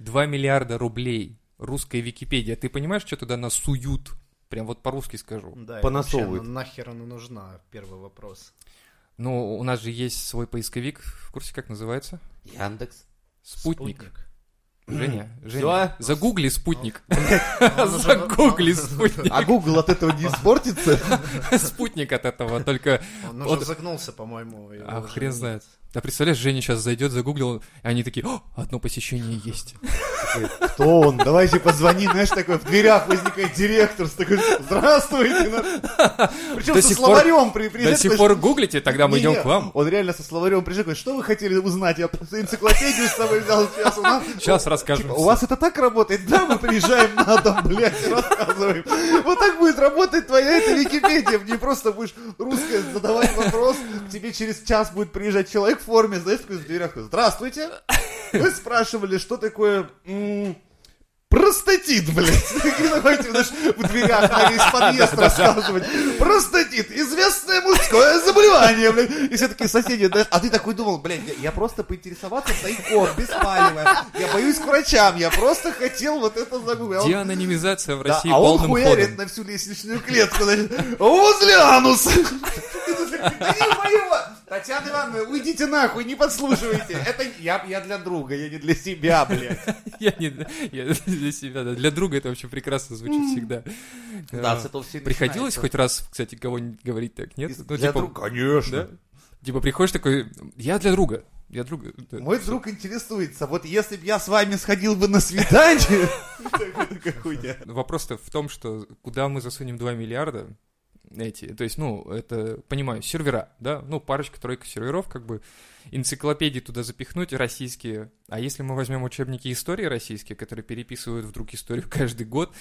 Speaker 1: 2 миллиарда рублей. Русская Википедия. Ты понимаешь, что туда насуют? Прям вот по-русски скажу.
Speaker 3: Да, и
Speaker 2: Понасовывают.
Speaker 3: вообще, ну, нахер она нужна? Первый вопрос.
Speaker 1: Ну, у нас же есть свой поисковик. В курсе, как называется?
Speaker 2: Яндекс.
Speaker 1: Спутник. Женя,
Speaker 2: Всё?
Speaker 1: Женя, загугли спутник.
Speaker 3: Ну, Он уже-
Speaker 1: Загугли спутник.
Speaker 2: А Google от этого не испортится?
Speaker 1: Спутник от этого, только...
Speaker 3: Он
Speaker 1: Вот.
Speaker 3: уже загнулся, по-моему. и
Speaker 1: А
Speaker 3: уже
Speaker 1: хрен
Speaker 3: нет.
Speaker 1: знает. Да представляешь, Женя сейчас зайдет, загуглил, и они такие, «О, одно посещение есть.
Speaker 2: Такой, Кто он? Давайте позвони, знаешь, такой в дверях возникает директор с такой, здравствуйте. ну». Причем
Speaker 1: До
Speaker 2: со
Speaker 1: сих пор-
Speaker 2: словарем при при-
Speaker 1: До сих пор гуглите, тогда мы
Speaker 2: Не-не,
Speaker 1: идем к вам.
Speaker 2: Он реально со словарем пришел, говорит, что вы хотели узнать? Я энциклопедию с собой взял сейчас. У, нас-
Speaker 1: Сейчас
Speaker 2: Типа,
Speaker 1: расскажу.
Speaker 2: у вас это так работает? Да, мы приезжаем на дом, блядь, и рассказываем. Вот так будет работать твоя эта Википедия. Мне просто будешь русская задавать вопрос, к тебе через час будет приезжать человек в форме, знаешь, такой в дверях. Здравствуйте. Вы спрашивали, что такое... м, Простатит, блядь. И такой, типа, знаешь, в дверях, а весь подъезд рассказывать. Простатит. Известное мужское заболевание, блядь. И все такие соседи, да, а ты такой думал, блядь, я- я просто поинтересоваться тайком, беспалевая. Я боюсь к врачам, я просто хотел вот это загуглить. А он-
Speaker 1: Деанонимизация в
Speaker 2: да,
Speaker 1: России
Speaker 2: а он
Speaker 1: полным
Speaker 2: хуярит
Speaker 1: ходом.
Speaker 2: на всю лестничную клетку, значит, возле ануса. И тут такие, «Да не моего! Татьяна Ивановна, уйдите нахуй, не подслушивайте. Это я, я для друга, я не для себя, блядь.
Speaker 1: Я не- я для себя, да. Для друга это вообще прекрасно звучит всегда. А,
Speaker 2: этого все
Speaker 1: Приходилось хоть раз, кстати, кого-нибудь говорить так, нет? Ну,
Speaker 2: для
Speaker 1: типа,
Speaker 2: друга, конечно.
Speaker 1: да? Типа приходишь такой, я для друга. Я друга. да».
Speaker 2: Мой друг интересуется, вот если бы я с вами сходил бы на свидание... Такой, хуйня.
Speaker 1: Ну, Вопрос-то в том, что куда мы засунем 2 миллиарда эти, то есть, ну, это, понимаю, сервера, да, ну, парочка-тройка серверов, как бы, энциклопедии туда запихнуть, российские, а если мы возьмем учебники истории российские, которые переписывают вдруг историю каждый год,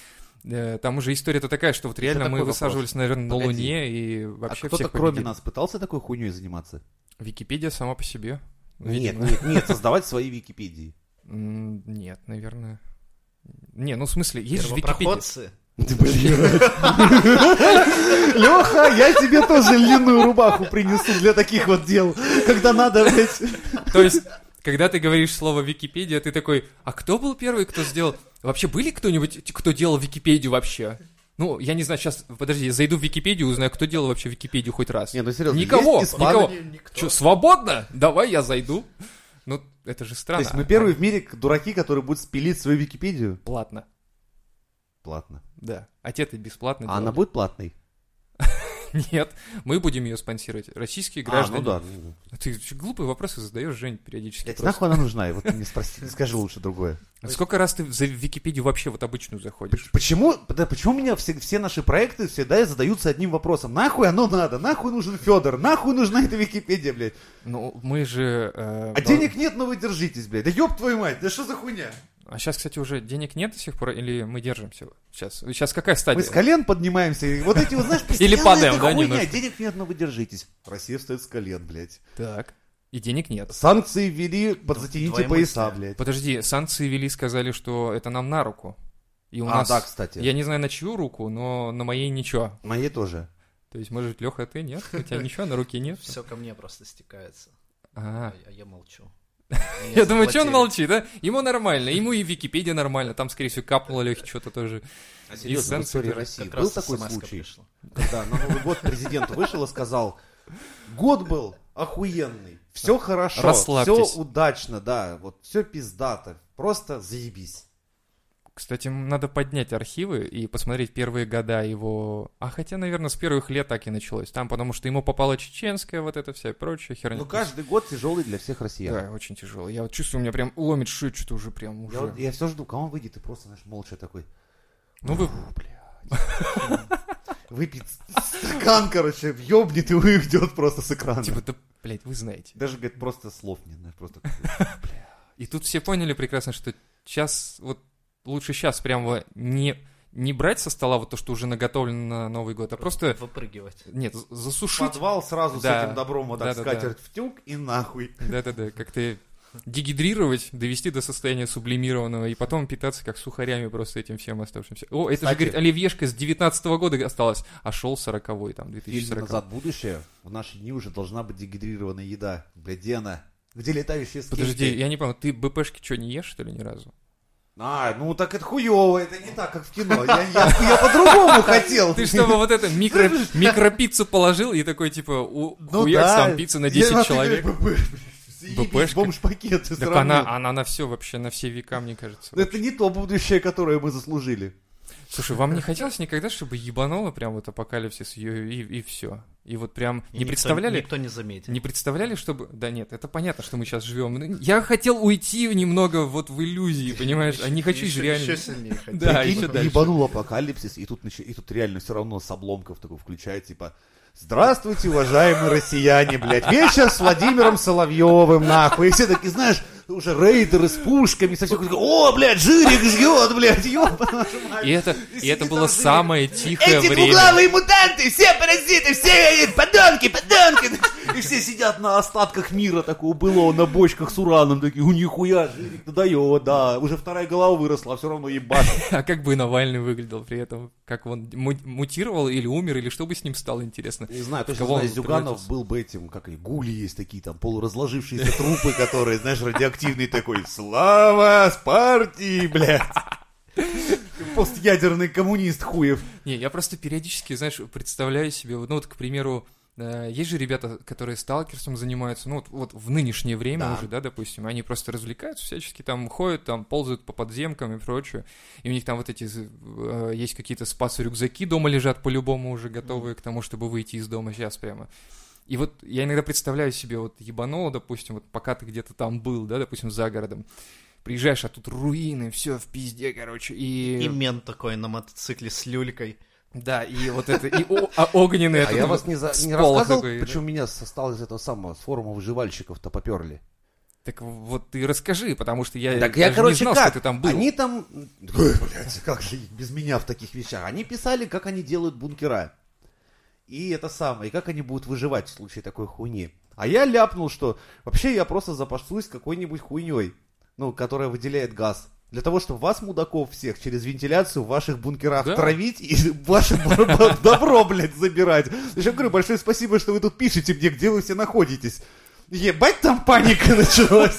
Speaker 1: э, там уже история-то такая, что вот реально
Speaker 2: такой
Speaker 1: мы
Speaker 2: вопрос.
Speaker 1: высаживались, наверное, на
Speaker 2: Погоди.
Speaker 1: Луне и вообще
Speaker 2: А кто-то
Speaker 1: всех
Speaker 2: кроме
Speaker 1: победили.
Speaker 2: нас пытался такой хуйней заниматься?
Speaker 1: Википедия сама по себе.
Speaker 2: Нет,
Speaker 1: видимо.
Speaker 2: нет, нет, создавать свои Википедии.
Speaker 1: М, Нет, наверное. Не, ну в смысле, есть же Википедия.
Speaker 3: Первопроходцы.
Speaker 2: Леха, я тебе тоже льняную рубаху принесу для таких вот дел, когда надо, блядь.
Speaker 1: То есть, когда ты говоришь слово Википедия, ты такой, а кто был первый, кто сделал? Вообще были кто-нибудь, кто делал Википедию вообще? Ну, я не знаю, сейчас, подожди, я зайду в Википедию, узнаю, кто делал вообще Википедию хоть раз.
Speaker 2: Не, ну серьезно,
Speaker 1: Никого,
Speaker 2: есть испаны?
Speaker 1: никого.
Speaker 3: Ни- никто.
Speaker 1: Че, свободно? Давай я зайду. Ну, это же
Speaker 2: То
Speaker 1: странно. А,
Speaker 2: есть мы первые в мире дураки, которые будут спилить свою Википедию?
Speaker 1: Платно,
Speaker 2: Платно.
Speaker 1: да. А те ты бесплатно
Speaker 2: А
Speaker 1: делали.
Speaker 2: она будет платной?
Speaker 1: Нет, мы будем ее спонсировать. Российские
Speaker 2: А,
Speaker 1: граждане.
Speaker 2: ну да.
Speaker 1: Ты чё глупые вопросы задаешь, Жень, периодически.
Speaker 2: Блядь,
Speaker 1: просто.
Speaker 2: нахуй она нужна? Вот ты мне спроси, скажи лучше другое.
Speaker 1: А Сколько раз ты за Википедию вообще вот обычную заходишь?
Speaker 2: Почему, да, почему у меня все, все наши проекты всегда задаются одним вопросом? Нахуй оно надо? Нахуй нужен Федор? Нахуй нужна эта Википедия, блядь?
Speaker 1: Ну, мы же... э,
Speaker 2: А денег нет, но вы держитесь, блядь. Да ёб твою мать, да что за хуйня?
Speaker 1: А сейчас, кстати, уже денег нет до сих пор, или мы держимся сейчас? Сейчас какая стадия?
Speaker 2: Мы с колен поднимаемся, и вот эти, вот, знаешь,
Speaker 1: Или падаем,
Speaker 2: постоянная
Speaker 1: да,
Speaker 2: эта хуйня.
Speaker 1: немножко?
Speaker 2: Денег нет, но вы держитесь. Россия встает с колен, блядь.
Speaker 1: Так. И денег нет.
Speaker 2: Санкции ввели, подзатяните пояса,
Speaker 3: двоемыслие.
Speaker 2: блядь.
Speaker 1: Подожди, санкции вели, сказали, что это нам на руку. И у
Speaker 2: а,
Speaker 1: нас...
Speaker 2: да, кстати.
Speaker 1: Я не знаю, на чью руку, но на моей ничего.
Speaker 2: Мои тоже.
Speaker 1: То есть, может, Леха, ты нет? У тебя ничего на руке нет?
Speaker 3: Все ко мне просто стекается.
Speaker 1: А,
Speaker 3: А я- а я молчу.
Speaker 1: Я думаю, что он
Speaker 3: заплатили.
Speaker 1: молчит, а? Ему нормально, ему и Википедия нормально, там, скорее всего, капнуло Лехе что-то тоже.
Speaker 2: А серьезно, в
Speaker 1: санкций
Speaker 2: истории
Speaker 1: тоже
Speaker 2: России
Speaker 3: Как
Speaker 2: был
Speaker 3: раз
Speaker 2: такой
Speaker 3: смс-ка
Speaker 2: случай,
Speaker 3: пришла.
Speaker 2: когда на Новый год президент вышел и сказал, год был охуенный, все хорошо, все
Speaker 1: Расслабьтесь».
Speaker 2: удачно, да, вот все пиздато, просто заебись.
Speaker 1: Кстати, м, надо поднять архивы и посмотреть первые года его... А хотя, наверное, с первых лет так и началось. Там, потому что ему попала чеченская вот эта вся и прочая херня.
Speaker 2: Ну, каждый год тяжелый для всех россиян.
Speaker 1: Да, очень тяжело. Я вот чувствую, у меня прям ломит шею что-то уже прям уже.
Speaker 2: Я, вот- я все жду, кого он выйдет и просто, знаешь, молча такой,
Speaker 1: Ну вы...
Speaker 2: выпьет стакан, короче, въебнет и уйдет просто с экрана.
Speaker 1: Типа, да, блядь, вы знаете.
Speaker 2: Даже, говорит, просто слов нет, знаешь, просто...
Speaker 1: И тут все поняли прекрасно, что сейчас, вот лучше сейчас прямо не, не брать со стола вот то, что уже наготовлено на Новый год, а просто,
Speaker 3: Выпрыгивать.
Speaker 1: нет, з- засушить.
Speaker 2: Подвал сразу с
Speaker 1: Да.
Speaker 2: этим добром вот так
Speaker 1: Да-да-да.
Speaker 2: скатерть втюк и нахуй.
Speaker 1: Да-да-да, как-то дегидрировать, довести до состояния сублимированного и потом питаться как сухарями просто этим всем оставшимся. О, это
Speaker 2: Кстати.
Speaker 1: же, говорит, оливьешка с 19 года осталась, а шел 40-й там,
Speaker 2: В фильме
Speaker 1: 2040
Speaker 2: «Назад в будущее» в наши дни уже должна быть дегидрированная еда. Блядь, где она? Где летающие скейты?
Speaker 1: Подожди, я не помню, ты БПшки что, не ешь, что ли, ни разу?
Speaker 2: А, ну так это хуево, это не так, как в кино. Я, я- я по-другому хотел.
Speaker 1: Ты чтобы вот это микро, микропиццу положил и такой, типа, у,
Speaker 2: Ну
Speaker 1: хуяк
Speaker 2: да.
Speaker 1: сам пицца на 10
Speaker 2: Я-
Speaker 1: человек.
Speaker 2: БП, блядь, заебись,
Speaker 1: БПшка.
Speaker 2: Бомж-пакет всё
Speaker 1: Так
Speaker 2: равно.
Speaker 1: она, а, она на все вообще, на все века, мне кажется.
Speaker 2: Это не то будущее, которое мы заслужили.
Speaker 1: Слушай, вам не хотелось никогда, чтобы ебануло прям вот апокалипсис ее и, и все? И вот прям
Speaker 3: И
Speaker 1: не
Speaker 3: никто-
Speaker 1: представляли?
Speaker 3: Никто не заметил.
Speaker 1: Не представляли, чтобы... Да нет, это понятно, что мы сейчас живем. Ну, Я хотел уйти немного вот в иллюзии, понимаешь? А не хочу жить
Speaker 3: Еще-
Speaker 1: реально.
Speaker 3: Еще сильнее хотел.
Speaker 1: Да,
Speaker 2: Прикинь, типа,
Speaker 1: еще дальше.
Speaker 2: Ебанул апокалипсис, и тут, начи- и тут реально все равно с обломков такой включает, типа, Здравствуйте, уважаемые россияне, блядь. Вечер с Владимиром Соловьевым, нахуй. И все такие, знаешь, уже рейдеры с пушками, со всех. О, блядь, жирик жгет, блядь, ёбаная
Speaker 1: И это, и это
Speaker 2: сидит
Speaker 1: было
Speaker 2: там жирик.
Speaker 1: самое тихое
Speaker 2: Эти
Speaker 1: время.
Speaker 2: двуглавые мутанты, все паразиты, все э, подонки, подонки. И все сидят на остатках мира такого было на бочках с ураном. Такие, у нихуя, жирик надоева, да. Уже вторая голова выросла, а все равно ебашит.
Speaker 1: А как бы Навальный выглядел при этом? Как он му- мутировал или умер, или что бы с ним стало, интересно?
Speaker 2: Не знаю,
Speaker 1: точно Кого знаю, он Зюганов
Speaker 2: Зюганов
Speaker 1: превратился?
Speaker 2: был бы этим, как и гули есть такие там, полуразложившиеся трупы, которые, знаешь, радиоактивный такой, слава с партии, блядь. Постядерный коммунист хуев.
Speaker 1: Не, я просто периодически, знаешь, представляю себе, вот, ну вот, к примеру, э, есть же ребята, которые сталкерством занимаются, ну вот, вот в нынешнее время
Speaker 2: Да.
Speaker 1: уже, да, допустим, они просто развлекаются всячески, там ходят, там ползают по подземкам и прочее, и у них там вот эти, э, есть какие-то спас-рюкзаки дома лежат по-любому уже готовые к тому, чтобы выйти из дома сейчас прямо. И вот я иногда представляю себе, вот ебануло, допустим, вот пока ты где-то там был, да, допустим, за городом, приезжаешь, а тут руины, все в пизде, короче, и...
Speaker 3: И мент такой на мотоцикле с люлькой.
Speaker 1: Да, и вот это, и о- а огненный
Speaker 2: А
Speaker 1: этот
Speaker 2: я вас не, за- не
Speaker 1: сполох
Speaker 2: рассказывал,
Speaker 1: такой, да.
Speaker 2: почему меня стало из этого самого, с форума выживальщиков-то поперли.
Speaker 1: Так вот ты расскажи, потому что Э, я
Speaker 2: Так
Speaker 1: даже
Speaker 2: я, короче,
Speaker 1: не знал,
Speaker 2: как?
Speaker 1: что ты там был.
Speaker 2: Они там... Ой, блядь, как же без меня в таких вещах? Они писали, как они делают бункера. И это самое, и как они будут выживать в случае такой хуйни. А я ляпнул, что вообще я просто запашлюсь какой-нибудь хуйней, ну, которая выделяет газ. Для того, чтобы вас, мудаков всех, через вентиляцию в ваших бункерах
Speaker 1: Да.
Speaker 2: травить и ваше добро- добро, блядь, забирать. Еще говорю, большое спасибо, что вы тут пишете мне, где вы все находитесь. Ебать, там паника началась.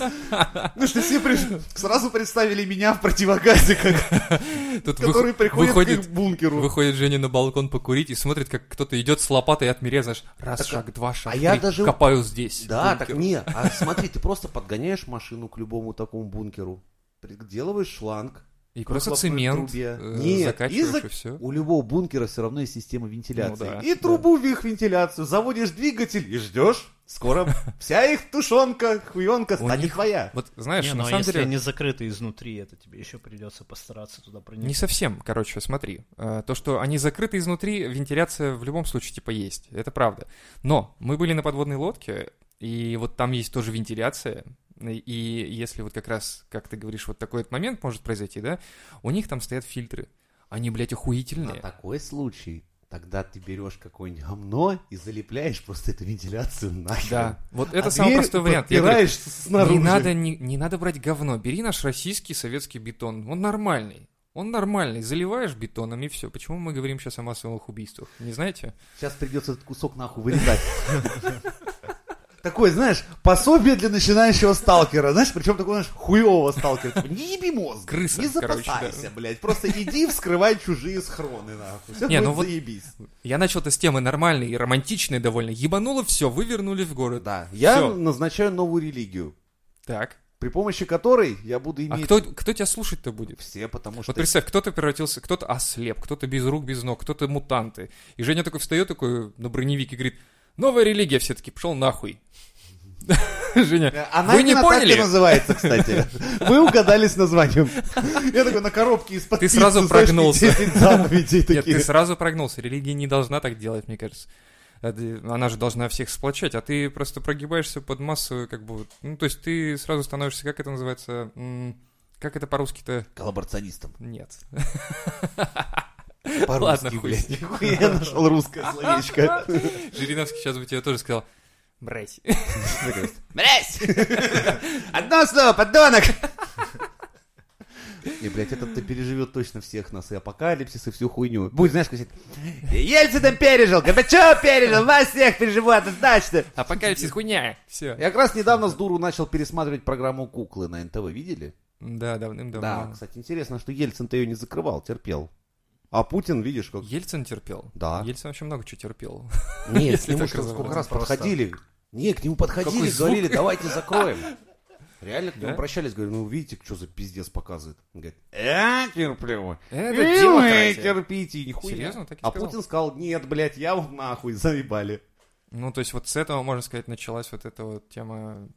Speaker 2: Ну что все приш- сразу представили меня в противогазе, как-
Speaker 1: Тут вых-
Speaker 2: который приходит к
Speaker 1: выходит,
Speaker 2: их бункеру.
Speaker 1: выходит Женя на балкон покурить и смотрит, как кто-то идет с лопатой от мере, знаешь, раз шаг, два шага,
Speaker 2: а я
Speaker 1: три,
Speaker 2: даже-
Speaker 1: копаю здесь.
Speaker 2: Да,
Speaker 1: бункер.
Speaker 2: так не, а смотри, ты просто подгоняешь машину к любому такому бункеру, приделываешь шланг,
Speaker 1: И просто
Speaker 2: выхлопной
Speaker 1: цемент
Speaker 2: трубе.
Speaker 1: э,
Speaker 2: Нет,
Speaker 1: закачиваешь
Speaker 2: и
Speaker 1: и,
Speaker 2: зак-
Speaker 1: все.
Speaker 2: у любого бункера все равно есть система вентиляции.
Speaker 1: Ну да,
Speaker 2: и
Speaker 1: да.
Speaker 2: трубу в их вентиляцию, заводишь двигатель и ждешь. Скоро вся их тушенка, хуенка
Speaker 1: У
Speaker 2: станет
Speaker 1: них-
Speaker 2: твоя.
Speaker 1: Вот знаешь,
Speaker 3: не,
Speaker 1: на
Speaker 3: ну, а
Speaker 1: самом
Speaker 3: если
Speaker 1: деле...
Speaker 3: они закрыты изнутри, это тебе еще придется постараться туда
Speaker 1: Не
Speaker 3: проникнуть.
Speaker 1: совсем, короче, смотри. Э, То, что они закрыты изнутри, вентиляция в любом случае типа есть. Это правда. Но мы были на подводной лодке, и вот там есть тоже вентиляция. И если вот как раз, как ты говоришь, вот такой вот момент может произойти, да, у них там стоят фильтры. Они, блядь,
Speaker 2: На
Speaker 1: охуительные.
Speaker 2: А такой случай тогда ты берешь какое-нибудь говно и залепляешь просто эту вентиляцию нахер.
Speaker 1: Да, вот это
Speaker 2: А
Speaker 1: самый
Speaker 2: дверь
Speaker 1: простой вариант. Я говорю,
Speaker 2: подпираешь снаружи.
Speaker 1: Не надо, не, не надо брать говно. Бери наш российский советский бетон. Он нормальный. Он нормальный. Заливаешь бетоном и все. Почему мы говорим сейчас о массовых убийствах? Не знаете?
Speaker 2: Сейчас придется этот кусок нахуй вырезать. Такое, знаешь, пособие для начинающего сталкера. Знаешь, причем такого, знаешь, хуевого сталкера. Типа, не еби мозг.
Speaker 1: Крыса,
Speaker 2: Не
Speaker 1: короче, да.
Speaker 2: запасайся, блядь. Просто иди вскрывай чужие схроны, нахуй. Все
Speaker 1: Не,
Speaker 2: будет
Speaker 1: ну вот-
Speaker 2: заебись.
Speaker 1: Я начал-то с темы нормальной и романтичной довольно. Ебануло все, вы вернули в город.
Speaker 2: Да. Я
Speaker 1: Всё.
Speaker 2: назначаю новую религию,
Speaker 1: Так.
Speaker 2: при помощи которой я буду
Speaker 1: А
Speaker 2: иметь...
Speaker 1: кто, кто тебя слушать-то будет?
Speaker 2: Все, потому что...
Speaker 1: Вот представь, кто-то превратился, кто-то ослеп, кто-то без рук, без ног, кто-то мутанты. И Женя такой встает, такой на броневике, говорит, новая религия все-таки, пошел нахуй. Женя,
Speaker 2: Э, Она
Speaker 1: вы не
Speaker 2: именно так и
Speaker 1: поняли?
Speaker 2: называется, кстати. Вы угадали с названием. Я такой на коробке из-под
Speaker 1: Ты сразу
Speaker 2: пиццы, знаешь,
Speaker 1: прогнулся.
Speaker 2: 10 заповедей
Speaker 1: Нет,
Speaker 2: такие.
Speaker 1: ты сразу прогнулся. Религия не должна так делать, мне кажется. А ты- Она же должна всех сплочать, а ты просто прогибаешься под массу, как бы, вот, ну, то есть ты сразу становишься, как это называется, м, как это по-русски-то?
Speaker 2: Коллаборационистом.
Speaker 1: Нет. Ладно,
Speaker 2: По-русски,
Speaker 1: хуй
Speaker 2: блядь.
Speaker 1: с
Speaker 2: Нихуя Я нашел русское словечко.
Speaker 1: Жириновский сейчас бы тебе тоже сказал, брать.
Speaker 2: Блядь! Одно слово, подонок! Не, блядь, этот-то переживет точно всех нас, и апокалипсис, и всю хуйню. Будет, знаешь, как говорит, Ельцин там пережил, Горбачев пережил, вас всех переживу однозначно.
Speaker 1: А Апокалипсис хуйня. Все.
Speaker 2: Я как раз недавно с дуру начал пересматривать программу «Куклы» на НТВ, видели?
Speaker 1: Да, давным-давно.
Speaker 2: Да, кстати, интересно, что Ельцин-то ее не закрывал, терпел. А Путин, видишь, как...
Speaker 1: Ельцин терпел?
Speaker 2: Да.
Speaker 1: Ельцин вообще много чего терпел.
Speaker 2: Нет, к
Speaker 1: Если
Speaker 2: нему
Speaker 1: так
Speaker 2: же сколько
Speaker 1: разобраться.
Speaker 2: раз
Speaker 3: Просто.
Speaker 2: подходили. Не, к нему подходили,
Speaker 1: Какой звук?
Speaker 2: говорили, давайте закроем. Реально к нему
Speaker 1: Да?
Speaker 2: обращались, говорю, ну видите, что за пиздец показывает. Он говорит, я терплю.
Speaker 1: Э, Это
Speaker 2: И вы
Speaker 1: демократия.
Speaker 2: терпите, и нихуя.
Speaker 1: Серьезно, так и
Speaker 2: а
Speaker 1: сказал?
Speaker 2: Путин сказал, нет, блядь, я вам нахуй заебали.
Speaker 1: Ну, то есть вот с этого, можно сказать, началась вот эта вот тема...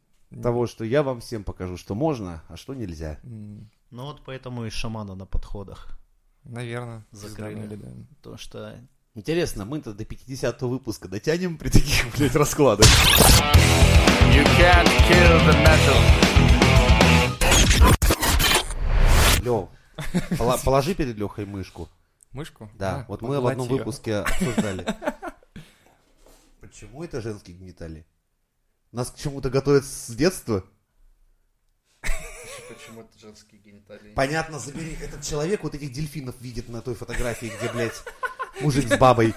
Speaker 2: Того, что я вам всем покажу, что можно, а что нельзя.
Speaker 1: м,
Speaker 3: Ну вот поэтому и шамана на подходах.
Speaker 1: Наверное.
Speaker 3: Закрыли.
Speaker 1: пизданули, да.
Speaker 3: То, что
Speaker 2: Интересно, мы-то до 50 выпуска дотянем при таких, блядь, раскладах.
Speaker 4: You can't kill the metal.
Speaker 2: Лев, пола- положи перед Лехой мышку.
Speaker 1: Мышку?
Speaker 2: Да,
Speaker 1: А,
Speaker 2: вот мы в одном
Speaker 1: погладь её.
Speaker 2: выпуске обсуждали. Почему это женские гениталии? Нас к чему-то готовят с детства?
Speaker 3: Почему это женские гениталии?
Speaker 2: Понятно, забери. Этот человек вот этих дельфинов видит на той фотографии, где, блядь, мужик с бабой.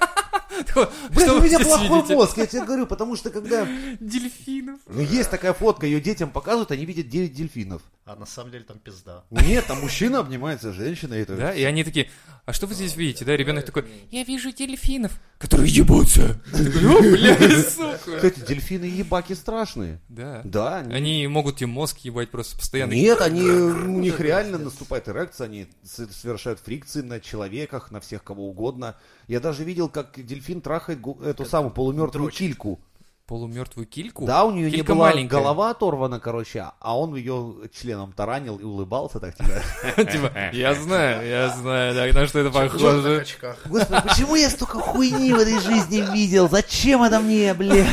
Speaker 2: Блядь,
Speaker 1: Что
Speaker 2: у
Speaker 1: вы
Speaker 2: меня
Speaker 1: здесь
Speaker 2: плохой
Speaker 1: видите?
Speaker 2: мозг, я тебе говорю, потому что когда...
Speaker 1: Дельфинов.
Speaker 2: Ну, есть такая фотка, ее детям показывают, они видят 9 дельфинов.
Speaker 3: А на самом деле там пизда.
Speaker 2: Нет, а мужчина обнимается с женщиной. и это-
Speaker 1: Да, и они такие, а что вы здесь видите, да? Ребенок такой, я вижу дельфинов, которые ебутся. Ты такой, «О, бля, сука.
Speaker 2: Кстати, дельфины ебаки страшные.
Speaker 1: Да.
Speaker 2: Да, они...
Speaker 1: Они могут тебе мозг ебать просто постоянно.
Speaker 2: Нет, они, у них реально наступает эрекция, они с- совершают фрикции на человеках, на всех кого угодно. Я даже видел, как дельфин трахает гу- эту самую полумертвую кильку.
Speaker 1: Полумертвую кильку?
Speaker 2: Да, у нее не
Speaker 1: Килька
Speaker 2: была
Speaker 1: маленькая.
Speaker 2: голова оторвана, короче, а он ее членом таранил и улыбался так типа.
Speaker 1: Типа, я знаю, я знаю, да, на что это
Speaker 3: на
Speaker 1: похоже.
Speaker 3: качках.
Speaker 2: Господи, почему я столько хуйни в этой жизни видел? Зачем это мне, блядь?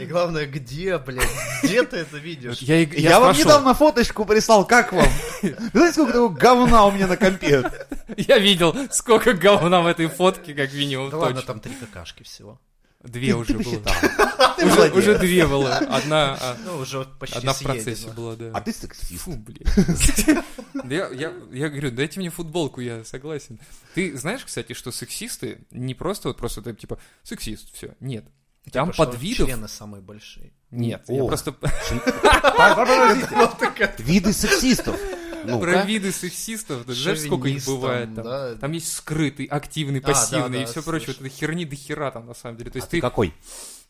Speaker 3: И главное, где, блядь? Где ты это видишь?
Speaker 1: Я, и-
Speaker 2: Я,
Speaker 1: я
Speaker 2: вам
Speaker 1: спрашивал.
Speaker 2: недавно фоточку прислал, как вам? Знаете, сколько такого говна у меня на компе?
Speaker 1: Я видел, сколько говна в этой фотке, как минимум,
Speaker 3: Да ладно,
Speaker 1: точно.
Speaker 3: там три какашки всего.
Speaker 1: Две уже
Speaker 2: Ты
Speaker 1: было.
Speaker 2: посчитал. А Ты
Speaker 1: Уже,
Speaker 2: молодец.
Speaker 1: уже две было. Одна, а,
Speaker 3: Ну, уже почти Ну,
Speaker 1: одна в
Speaker 3: съедено.
Speaker 1: процессе была, да.
Speaker 2: А ты сексист.
Speaker 1: Фу, блядь. Да я, я, я говорю, дайте мне футболку, я согласен. Ты знаешь, кстати, что сексисты не просто вот просто ты, типа сексист, все. Нет. Там
Speaker 3: Потому что
Speaker 1: подвидов...
Speaker 3: Члены самые большие.
Speaker 1: Нет, я
Speaker 2: Типа, О.
Speaker 1: просто
Speaker 3: Вот такая.
Speaker 2: Виды сексистов. Ну,
Speaker 1: про виды сексистов, ты знаешь, сколько их
Speaker 3: Шовинистам,
Speaker 1: бывает там.
Speaker 3: да.
Speaker 1: Там есть скрытый, активный,
Speaker 3: А, да,
Speaker 1: пассивный и
Speaker 3: да,
Speaker 1: все прочее. Вот
Speaker 3: слышал. А
Speaker 1: это херни до хера там на самом деле. То есть ты,
Speaker 2: А какой?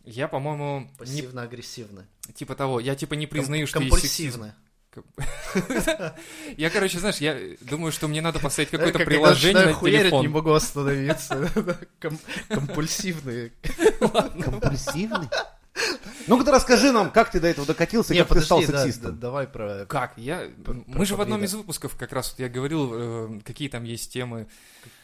Speaker 1: я, по-моему, не
Speaker 3: Пассивно-агрессивно.
Speaker 1: Типа того, я типа не признаю, что есть сексизм.
Speaker 3: Компульсивно.
Speaker 1: Я, короче, знаешь, я думаю, что мне надо поставить
Speaker 3: Э,
Speaker 1: какое-то
Speaker 3: когда
Speaker 1: приложение
Speaker 3: начинаю
Speaker 1: на
Speaker 3: хуярить, не
Speaker 1: телефон.
Speaker 3: могу остановиться. Ком- Компульсивные.
Speaker 2: Компульсивный? Ну-ка ты расскажи нам, как ты до этого докатился, и
Speaker 3: Не,
Speaker 2: как ты стал
Speaker 3: подожди, да, да,
Speaker 2: сексистом.
Speaker 3: давай про...
Speaker 1: Как? Я... Мы же в одном из выпусков как раз вот я говорил, э, какие там есть темы,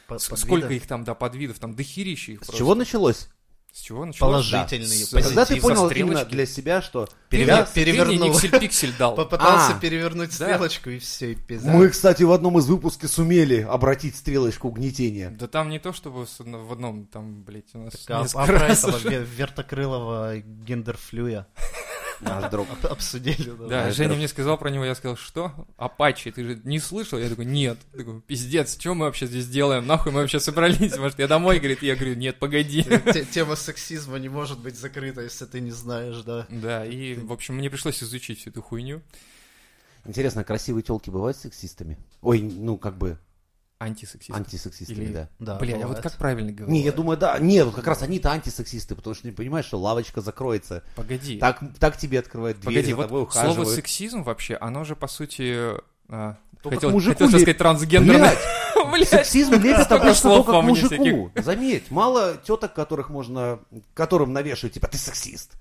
Speaker 3: по-
Speaker 1: с-
Speaker 3: подвида.
Speaker 1: сколько их там, да, подвидов, там дохерища их
Speaker 2: С
Speaker 1: просто.
Speaker 2: чего началось?
Speaker 1: С чего началось?
Speaker 3: Положительные,
Speaker 1: Да. С-
Speaker 2: Когда ты
Speaker 1: Позитив со
Speaker 2: понял
Speaker 1: стрелочки.
Speaker 2: именно для себя, что
Speaker 1: Ты
Speaker 3: Я
Speaker 1: мне- ты мне
Speaker 3: перевернул.
Speaker 1: никсель-пиксель дал.
Speaker 3: Попытался
Speaker 2: А.
Speaker 3: перевернуть
Speaker 1: Да.
Speaker 3: стрелочку и все, и пизда.
Speaker 2: мы, кстати, в одном из выпусков сумели обратить стрелочку угнетения.
Speaker 1: Да там не то, чтобы с одно- в одном, там, блядь, у нас
Speaker 3: А, а
Speaker 1: несколько
Speaker 3: про
Speaker 1: раз
Speaker 3: этого
Speaker 1: уже.
Speaker 3: ве- вертокрылого гендерфлюя.
Speaker 2: наш друг.
Speaker 3: Об- Обсудили. да.
Speaker 1: Да,
Speaker 2: это
Speaker 1: Женя
Speaker 2: раз-
Speaker 1: мне сказал про него, я сказал, что? Апачи, ты же не слышал? Я такой, нет. Я такой, пиздец, что мы вообще здесь делаем? Нахуй мы вообще собрались? Может, я домой, говорит, я говорю, нет, погоди.
Speaker 3: Те- Тема сексизма не может быть закрыта, если ты не знаешь, да.
Speaker 1: Да, и, в общем, мне пришлось изучить всю эту хуйню.
Speaker 2: Интересно, красивые телки бывают сексистами? Ой, ну как бы
Speaker 1: Антисексист.
Speaker 2: антисексистами,
Speaker 1: Или-
Speaker 2: да.
Speaker 3: Да,
Speaker 1: Бля, а вот
Speaker 3: бывает.
Speaker 1: как правильно говорить?
Speaker 2: Не, я думаю, да. Не, вот как раз они-то антисексисты, потому что не понимаешь, что лавочка закроется.
Speaker 1: Погоди.
Speaker 2: Так, так тебе открывают дверь,
Speaker 1: Погоди,
Speaker 2: за
Speaker 1: вот
Speaker 2: тобой
Speaker 1: слово
Speaker 2: ухаживают.
Speaker 1: сексизм вообще, оно же по сути... а,
Speaker 2: То, как
Speaker 1: хотел,
Speaker 2: мужику
Speaker 1: хотел сейчас
Speaker 2: леп-
Speaker 1: сказать трансгендерное. Блядь.
Speaker 2: Сексизм лепит
Speaker 1: Столько
Speaker 2: обычно
Speaker 1: слов
Speaker 2: только
Speaker 1: во
Speaker 2: к
Speaker 1: мне
Speaker 2: мужику.
Speaker 1: всяких.
Speaker 2: Заметь, мало теток, которых можно, которым навешивают, типа, ты сексист.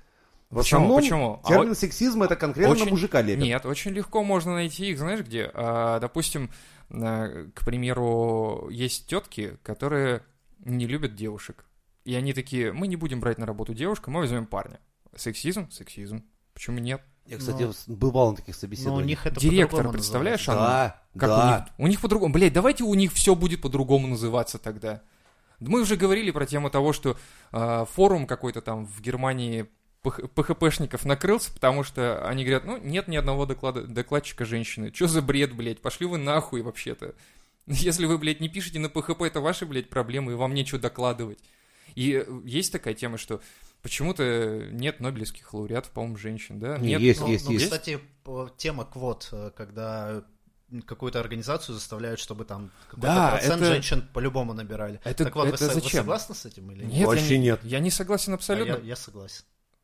Speaker 2: В
Speaker 1: Почему?
Speaker 2: основном
Speaker 1: Почему? А
Speaker 2: термин
Speaker 1: вот-
Speaker 2: сексизм это конкретно
Speaker 1: Очень-
Speaker 2: мужика лепит.
Speaker 1: Нет, очень легко можно найти их, знаешь, где? А, допустим, а, к примеру, есть тетки, которые не любят девушек. И они такие, мы не будем брать на работу девушку, мы возьмем парня. Сексизм? Сексизм. Почему нет?
Speaker 2: Я, кстати,
Speaker 3: Ну.
Speaker 2: с- бывал на таких
Speaker 3: Но Ну, у
Speaker 2: собеседованиях.
Speaker 3: них это
Speaker 1: Директор,
Speaker 3: по-другому
Speaker 1: представляешь, она?
Speaker 2: Да,
Speaker 1: Ну, Как у
Speaker 2: да.
Speaker 1: них? У них по-другому. Блять, давайте у них все будет по-другому называться тогда. Мы уже говорили про тему того, что э, форум какой-то там в Германии пх- ПХПшников накрылся, потому что они говорят, ну, нет ни одного доклада, докладчика женщины. Чё за бред, блядь? Пошли вы нахуй вообще-то. Если вы, блядь, не пишете на ПХП, это ваши, блядь, проблемы, и вам нечего докладывать. И э, есть такая тема, что почему-то нет нобелевских лауреатов, по-моему, женщин, да?
Speaker 2: Не,
Speaker 1: Нет.
Speaker 2: есть,
Speaker 3: Ну,
Speaker 2: есть,
Speaker 3: ну,
Speaker 2: есть.
Speaker 3: кстати, по- тема квот, э, когда какую-то организацию заставляют, чтобы там какой-то
Speaker 1: Да,
Speaker 3: процент
Speaker 1: это-
Speaker 3: женщин по-любому набирали.
Speaker 1: Это-
Speaker 3: так вот, вы
Speaker 1: это
Speaker 3: со- вы,
Speaker 1: зачем?
Speaker 3: согласны с этим или
Speaker 1: Нет,
Speaker 2: Вообще
Speaker 1: я не,
Speaker 2: нет.
Speaker 1: Я не согласен
Speaker 3: А я-
Speaker 1: абсолютно.
Speaker 3: я, согласен.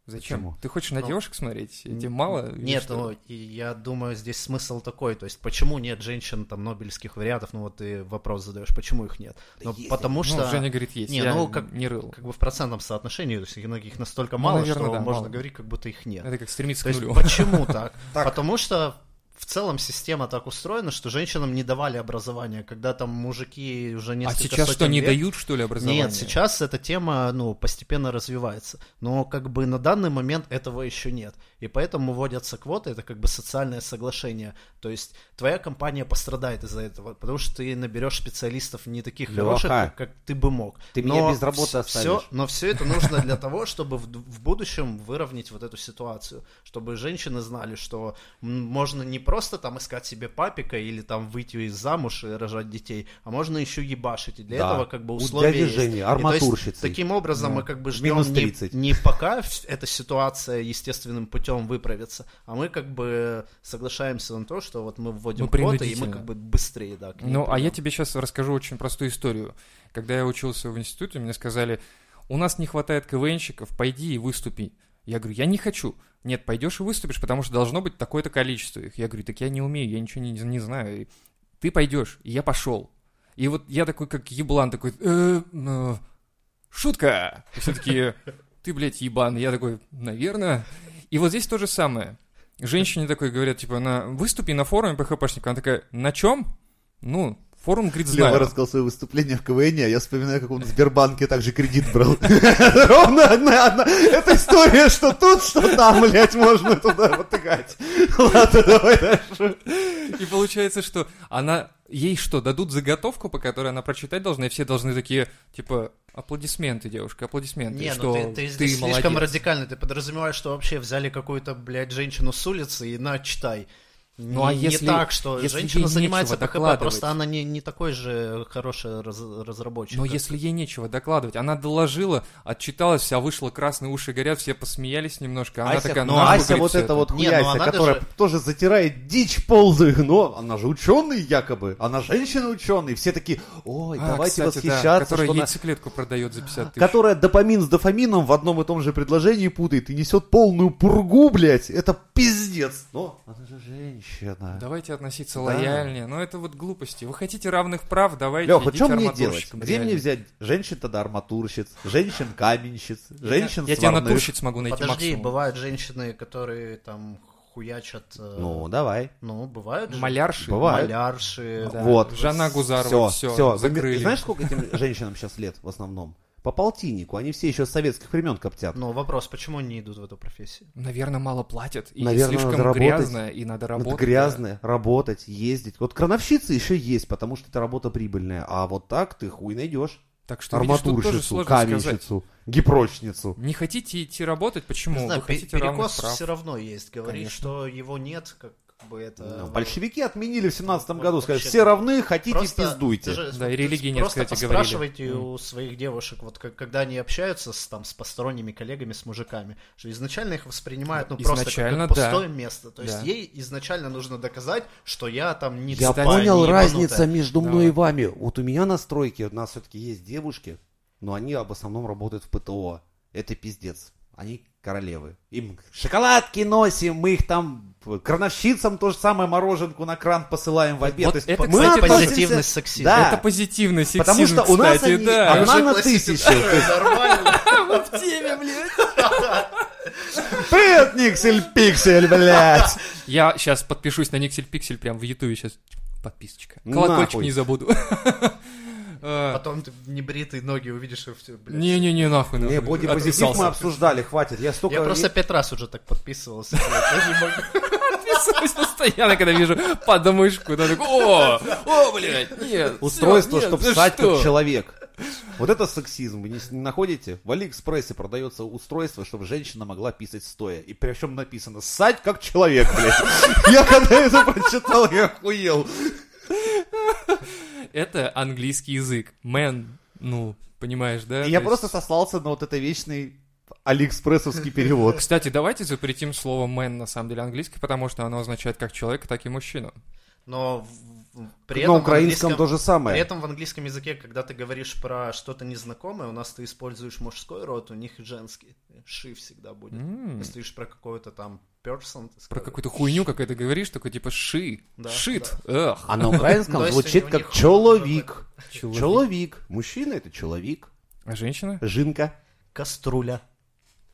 Speaker 1: Зачем?
Speaker 2: Почему?
Speaker 1: Ты хочешь на
Speaker 3: Ну,
Speaker 1: девушек смотреть? Тебе
Speaker 3: М,
Speaker 1: мало? или
Speaker 3: Нет,
Speaker 1: что?
Speaker 3: ну, и я думаю, здесь смысл такой, то есть почему нет женщин, там, нобелевских вариантов, ну вот ты вопрос задаешь, почему их нет?
Speaker 2: Да
Speaker 3: Ну,
Speaker 2: есть
Speaker 3: потому
Speaker 1: Ну,
Speaker 3: что...
Speaker 1: Женя говорит, есть.
Speaker 3: Не,
Speaker 1: я
Speaker 3: ну, как-
Speaker 1: не рыл.
Speaker 3: Как бы в процентном соотношении, то есть их настолько
Speaker 1: Ну,
Speaker 3: мало,
Speaker 1: наверное,
Speaker 3: что
Speaker 1: да,
Speaker 3: можно
Speaker 1: мало.
Speaker 3: говорить, как будто их нет.
Speaker 1: Это как стремиться
Speaker 3: То
Speaker 1: к
Speaker 3: есть
Speaker 1: нулю. А
Speaker 3: почему так? Потому что в целом система так устроена, что женщинам не давали образования, когда там мужики уже
Speaker 1: А
Speaker 3: несколько
Speaker 1: сейчас что,
Speaker 3: сотен
Speaker 1: не
Speaker 3: лет-
Speaker 1: дают, что ли, образование?
Speaker 3: Нет, сейчас эта тема, ну, постепенно развивается. Но как бы на данный момент этого еще нет. И поэтому вводятся квоты, это как бы социальное соглашение. То есть твоя компания пострадает из-за этого, потому что ты наберешь специалистов не таких
Speaker 2: Леха,
Speaker 3: хороших, как, как ты бы мог.
Speaker 2: ты меня без работы
Speaker 3: вс-
Speaker 2: оставишь.
Speaker 3: всё- но все это нужно для того, чтобы в, д- в будущем выровнять вот эту ситуацию. Чтобы женщины знали, что м, можно не просто там искать себе папика или там выйти из замуж и рожать детей, а можно еще ебашить. И для
Speaker 2: Да.
Speaker 3: этого как бы
Speaker 2: У
Speaker 3: условия
Speaker 2: дяди
Speaker 3: есть.
Speaker 2: Жени
Speaker 3: И то есть
Speaker 2: арматурщицей.
Speaker 3: таким образом
Speaker 1: Ну,
Speaker 3: мы как бы ждем
Speaker 2: минус
Speaker 3: не-
Speaker 2: 30.
Speaker 3: Не, пока ф- эта ситуация естественным путем выправится, а мы как бы соглашаемся на то, что вот мы вводим
Speaker 1: Ну,
Speaker 3: квоты, и мы
Speaker 1: принудительно.
Speaker 3: как бы быстрее, да, к ней
Speaker 1: Ну, а я
Speaker 3: придём.
Speaker 1: тебе сейчас расскажу очень простую историю. Когда я учился в институте, мне сказали, у нас не хватает КВНщиков, пойди и выступи. Я говорю, я не хочу. Нет, пойдешь и выступишь, потому что должно быть такое-то количество их. Я говорю, так я не умею, я ничего не, не знаю. И ты пойдешь, и я пошел. И вот я такой, как еблан, такой, «Э, э, шутка. И все такие, ты, блядь, ебан. Я такой, наверное. И вот здесь то же самое. Женщине такой говорят, типа, на выступи на форуме ПХПшника. Она такая, на чем? Ну, форум, говорит,
Speaker 5: Лева
Speaker 1: знаю.
Speaker 5: рассказал свое выступление в КВН, а я вспоминаю, как он в Сбербанке также кредит брал. Ровно одна, одна. Это история, что тут, что там, блядь, можно туда вытыкать. Ладно, давай дальше.
Speaker 1: И получается, что она... Ей что, дадут заготовку, по которой она прочитать должна, и все должны такие, типа, аплодисменты, девушка, аплодисменты.
Speaker 3: Не,
Speaker 1: что
Speaker 3: ну ты, ты здесь
Speaker 1: молодец.
Speaker 3: слишком радикально, ты подразумеваешь, что вообще взяли какую-то, блядь, женщину с улицы и на, читай.
Speaker 1: Ну, а
Speaker 3: Не-
Speaker 1: если-
Speaker 3: не так, что
Speaker 1: если
Speaker 3: женщина
Speaker 1: ей
Speaker 3: занимается
Speaker 1: нечего
Speaker 3: ПКП,
Speaker 1: докладывать.
Speaker 3: просто она не, не такой же хороший раз- разработчик.
Speaker 1: Но
Speaker 3: как-
Speaker 1: если ей нечего докладывать, она доложила, отчиталась, вся вышла, красные уши горят, все посмеялись немножко, она
Speaker 2: Ася,
Speaker 1: такая,
Speaker 2: ну,
Speaker 1: «Нахуй,
Speaker 2: Ася
Speaker 1: говорит,
Speaker 2: вот
Speaker 1: всё
Speaker 2: это вот
Speaker 3: Не, ну
Speaker 2: хуяйся,
Speaker 3: она
Speaker 2: которая
Speaker 3: даже-
Speaker 2: тоже затирает дичь ползы, но она же ученый якобы, она женщина ученый, все такие, ой,
Speaker 1: А,
Speaker 2: давайте
Speaker 1: кстати, да,
Speaker 2: восхищаться,
Speaker 1: которая
Speaker 2: что она-
Speaker 1: яйцеклетку продает за 50 тысяч.
Speaker 5: Которая допамин с дофамином в одном и том же предложении путает и несет полную пургу, блядь. Это пиздец. Но она же женщина.
Speaker 1: Давайте относиться
Speaker 5: Да.
Speaker 1: лояльнее. Но это вот глупости. Вы хотите равных прав, давайте
Speaker 5: Леха,
Speaker 1: идите
Speaker 5: что мне делать?
Speaker 1: арматурщиком,
Speaker 5: Где
Speaker 1: реально.
Speaker 5: мне взять женщин тогда арматурщиц, женщин каменщиц, женщин
Speaker 1: Я тебя
Speaker 5: сварных?
Speaker 1: натурщиц могу найти
Speaker 3: Подожди,
Speaker 1: максимум.
Speaker 3: бывают женщины, которые там хуячат. э,
Speaker 2: Ну, давай.
Speaker 3: ну, бывают же.
Speaker 1: Малярши.
Speaker 5: Бывает.
Speaker 3: малярши.
Speaker 1: Да.
Speaker 2: Вот.
Speaker 1: Жанна
Speaker 2: Все,
Speaker 1: Гузарова, все,
Speaker 2: все,
Speaker 1: закрыли.
Speaker 2: Знаешь, сколько этим женщинам сейчас лет в основном? По полтиннику, они все еще с советских времен коптят.
Speaker 1: Ну,
Speaker 3: Но Ну, вопрос, почему они идут в эту профессию?
Speaker 1: Наверное, мало платят. И
Speaker 2: Наверное, надо
Speaker 1: слишком
Speaker 2: работать.
Speaker 1: грязно, и надо
Speaker 2: Надо
Speaker 1: работать.
Speaker 2: Ну, грязно работать, ездить. Вот крановщицы еще есть, потому что это работа прибыльная. А вот так ты хуй найдешь.
Speaker 1: Так что, видишь, тут тоже
Speaker 2: арматурщицу,
Speaker 1: сложно сказать.
Speaker 2: каменщицу, гипрочницу.
Speaker 1: Не хотите идти работать? Почему?
Speaker 3: Не знаю,
Speaker 1: Вы
Speaker 3: Ну, пе-
Speaker 1: хотите равных
Speaker 3: перекос
Speaker 1: прав.
Speaker 3: все равно есть. Говорить,
Speaker 1: Конечно.
Speaker 3: что его нет, как бы это...
Speaker 2: Ну, Большевики отменили в 17 году, сказали,
Speaker 3: Вообще,
Speaker 2: все равны, хотите,
Speaker 3: Просто
Speaker 2: пиздуйте.
Speaker 3: даже,
Speaker 1: Да, и религии нет,
Speaker 3: просто
Speaker 1: кстати, говорили.
Speaker 3: спрашивайте
Speaker 1: Мгм.
Speaker 3: у своих девушек, вот как- когда они общаются с, там, с посторонними коллегами, с мужиками, что изначально их воспринимают ну, просто
Speaker 1: Изначально,
Speaker 3: как, как пустое
Speaker 1: да.
Speaker 3: место. То есть
Speaker 1: Да.
Speaker 3: ей изначально нужно доказать, что я там не
Speaker 2: Я
Speaker 3: тупая,
Speaker 2: понял
Speaker 3: не
Speaker 2: разница
Speaker 3: ебанутая.
Speaker 2: между
Speaker 1: Да.
Speaker 2: мной и вами. Вот у меня на стройке, у нас все-таки есть девушки, но они об основном работают в ПТО. Это пиздец. Они королевы. Им шоколадки носим, мы их там э, крановщицам то же самое мороженку на кран посылаем в обед.
Speaker 1: Вот
Speaker 2: То есть
Speaker 1: это,
Speaker 2: мы
Speaker 1: кстати,
Speaker 2: относимся-
Speaker 3: позитивность сексизм.
Speaker 2: Да,
Speaker 1: Это позитивный сексизм,
Speaker 2: А. потому что у нас
Speaker 1: кстати,
Speaker 2: они- А
Speaker 1: да.
Speaker 2: она
Speaker 3: А Уже
Speaker 2: на
Speaker 3: классифицируют, Нормально.
Speaker 1: в теме, блядь.
Speaker 5: Привет, Никсель Пиксель, блядь!
Speaker 1: Я сейчас подпишусь на Никсель Пиксель прям в Ютубе сейчас. Подписочка.
Speaker 2: Нахуй.
Speaker 1: Колокольчик не забуду. Э,
Speaker 3: Потом ты небритые ноги увидишь и все, блядь.
Speaker 1: Не-не-не, нахуй.
Speaker 2: Не,
Speaker 1: нахуй.
Speaker 2: бодипозитив
Speaker 1: Отписался.
Speaker 2: мы обсуждали, хватит. Я столько...
Speaker 3: Я просто пять раз уже так подписывался. блядь, я не могу.
Speaker 1: Отписываюсь постоянно, когда вижу подмышку. Да, такой, о, о, блядь, нет. всё,
Speaker 2: Устройство,
Speaker 1: нет,
Speaker 2: чтобы
Speaker 1: за
Speaker 2: встать
Speaker 1: что?
Speaker 2: как человек. Вот это сексизм, вы не, с- не находите? В Алиэкспрессе продается устройство, чтобы женщина могла писать стоя. И причем написано «ссать как человек», блядь. Я когда это прочитал, я охуел.
Speaker 1: Это английский язык. Man, ну, понимаешь, да?
Speaker 2: И я
Speaker 1: То
Speaker 2: просто
Speaker 1: есть-
Speaker 2: сослался на вот это вечный алиэкспрессовский перевод.
Speaker 1: Кстати, давайте запретим слово man на самом деле английский, потому что оно означает как человека, так и мужчину.
Speaker 3: Но в- в- при этом
Speaker 2: На
Speaker 3: в
Speaker 2: украинском
Speaker 3: английском-
Speaker 2: то же
Speaker 3: При
Speaker 2: самое.
Speaker 3: этом в английском языке, когда ты говоришь про что-то незнакомое, у нас ты используешь мужской род, у них женский. Ши всегда будет.
Speaker 1: М.
Speaker 3: Если ты говоришь про какой-то там person, ты
Speaker 1: Про
Speaker 3: скажешь.
Speaker 1: какую-то хуйню, как это говоришь, такой типа ши,
Speaker 3: Да,
Speaker 1: шит, эх.
Speaker 2: А на
Speaker 3: То
Speaker 2: украинском
Speaker 3: есть
Speaker 2: звучит
Speaker 3: у
Speaker 2: как
Speaker 3: них-
Speaker 2: «человек».
Speaker 1: человек.
Speaker 2: Человек. Мужчина — это человек.
Speaker 1: А женщина?
Speaker 2: Жинка.
Speaker 3: Каструля.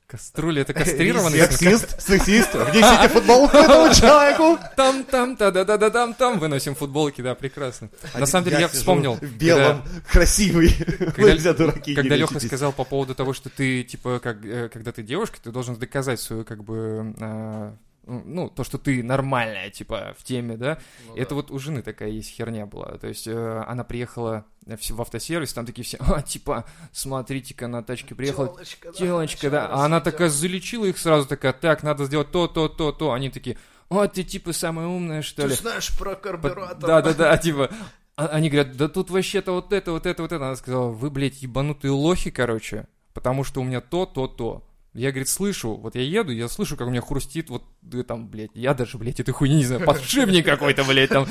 Speaker 1: Кастрюля, это кастрированный?
Speaker 2: Сексист. Сексист. Внесите футболку этому человеку.
Speaker 1: Там, там, та да да да там, там выносим футболки, да, прекрасно. На самом деле я
Speaker 2: сижу
Speaker 1: вспомнил.
Speaker 2: В белом, красивый. Вы
Speaker 1: когда-
Speaker 2: Нельзя дураки
Speaker 1: Когда
Speaker 2: не
Speaker 1: Леха
Speaker 2: лечитесь.
Speaker 1: сказал по поводу того, что ты, типа, как, э, когда ты девушка, ты должен доказать свою, как бы, э, ну, то, что ты нормальная, типа, в теме, да, это вот у жены такая есть херня была. То есть э, она приехала в в автосервис, там такие все, «А, типа, смотрите-ка, на тачке приехала телочка, да. А она такая залечила их сразу, такая, так, надо сделать то, то, то, то. Они такие, о, ты типа самая умная, что
Speaker 3: Ты
Speaker 1: ли?
Speaker 3: знаешь про карбюратор.
Speaker 1: Да, да, да, типа. а- Они говорят, да тут вообще-то вот это, вот это, вот это. Она сказала, вы, блядь, ебанутые лохи, короче, потому что у меня то, то, то. Я, говорит, слышу, вот я еду, я слышу, как у меня хрустит, вот да, там, блядь, я даже, блядь, этой хуйни не знаю, подшипник какой-то, блядь, там.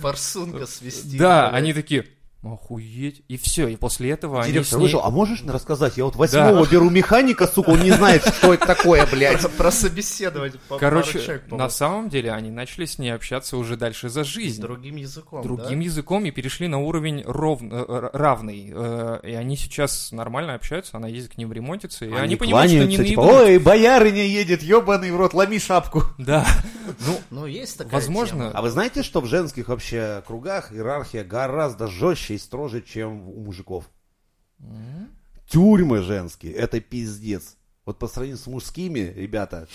Speaker 3: Форсунка свистит.
Speaker 1: Да,
Speaker 3: блядь.
Speaker 1: они такие, охуеть, и все, и после этого они с
Speaker 2: Директор
Speaker 1: ней...
Speaker 2: вышел, а можешь мне рассказать? Я вот восьмого беру механика, сука, он не знает, что это такое, блядь.
Speaker 3: Про- Про собеседовать. по- пару
Speaker 1: Короче,
Speaker 3: человек, по-моему,
Speaker 1: на самом деле они начали с ней общаться уже дальше за жизнь.
Speaker 3: Другим языком,
Speaker 1: другим
Speaker 3: да?
Speaker 1: языком и перешли на уровень ровн- э, р- равный. Э, И они сейчас нормально общаются, она ездит к ним ремонтиться, и они, понимают, что не
Speaker 2: кланяются, типа,
Speaker 1: наебут.
Speaker 2: Ой, боярыня едет, ебаный в рот, ломи шапку.
Speaker 1: Да,
Speaker 3: Ну, есть такая тема.
Speaker 2: А
Speaker 1: возможно,
Speaker 2: вы знаете, что в женских вообще кругах иерархия гораздо жестче и строже, чем у мужиков? Тюрьмы женские, это пиздец. Вот по сравнению с мужскими, ребята,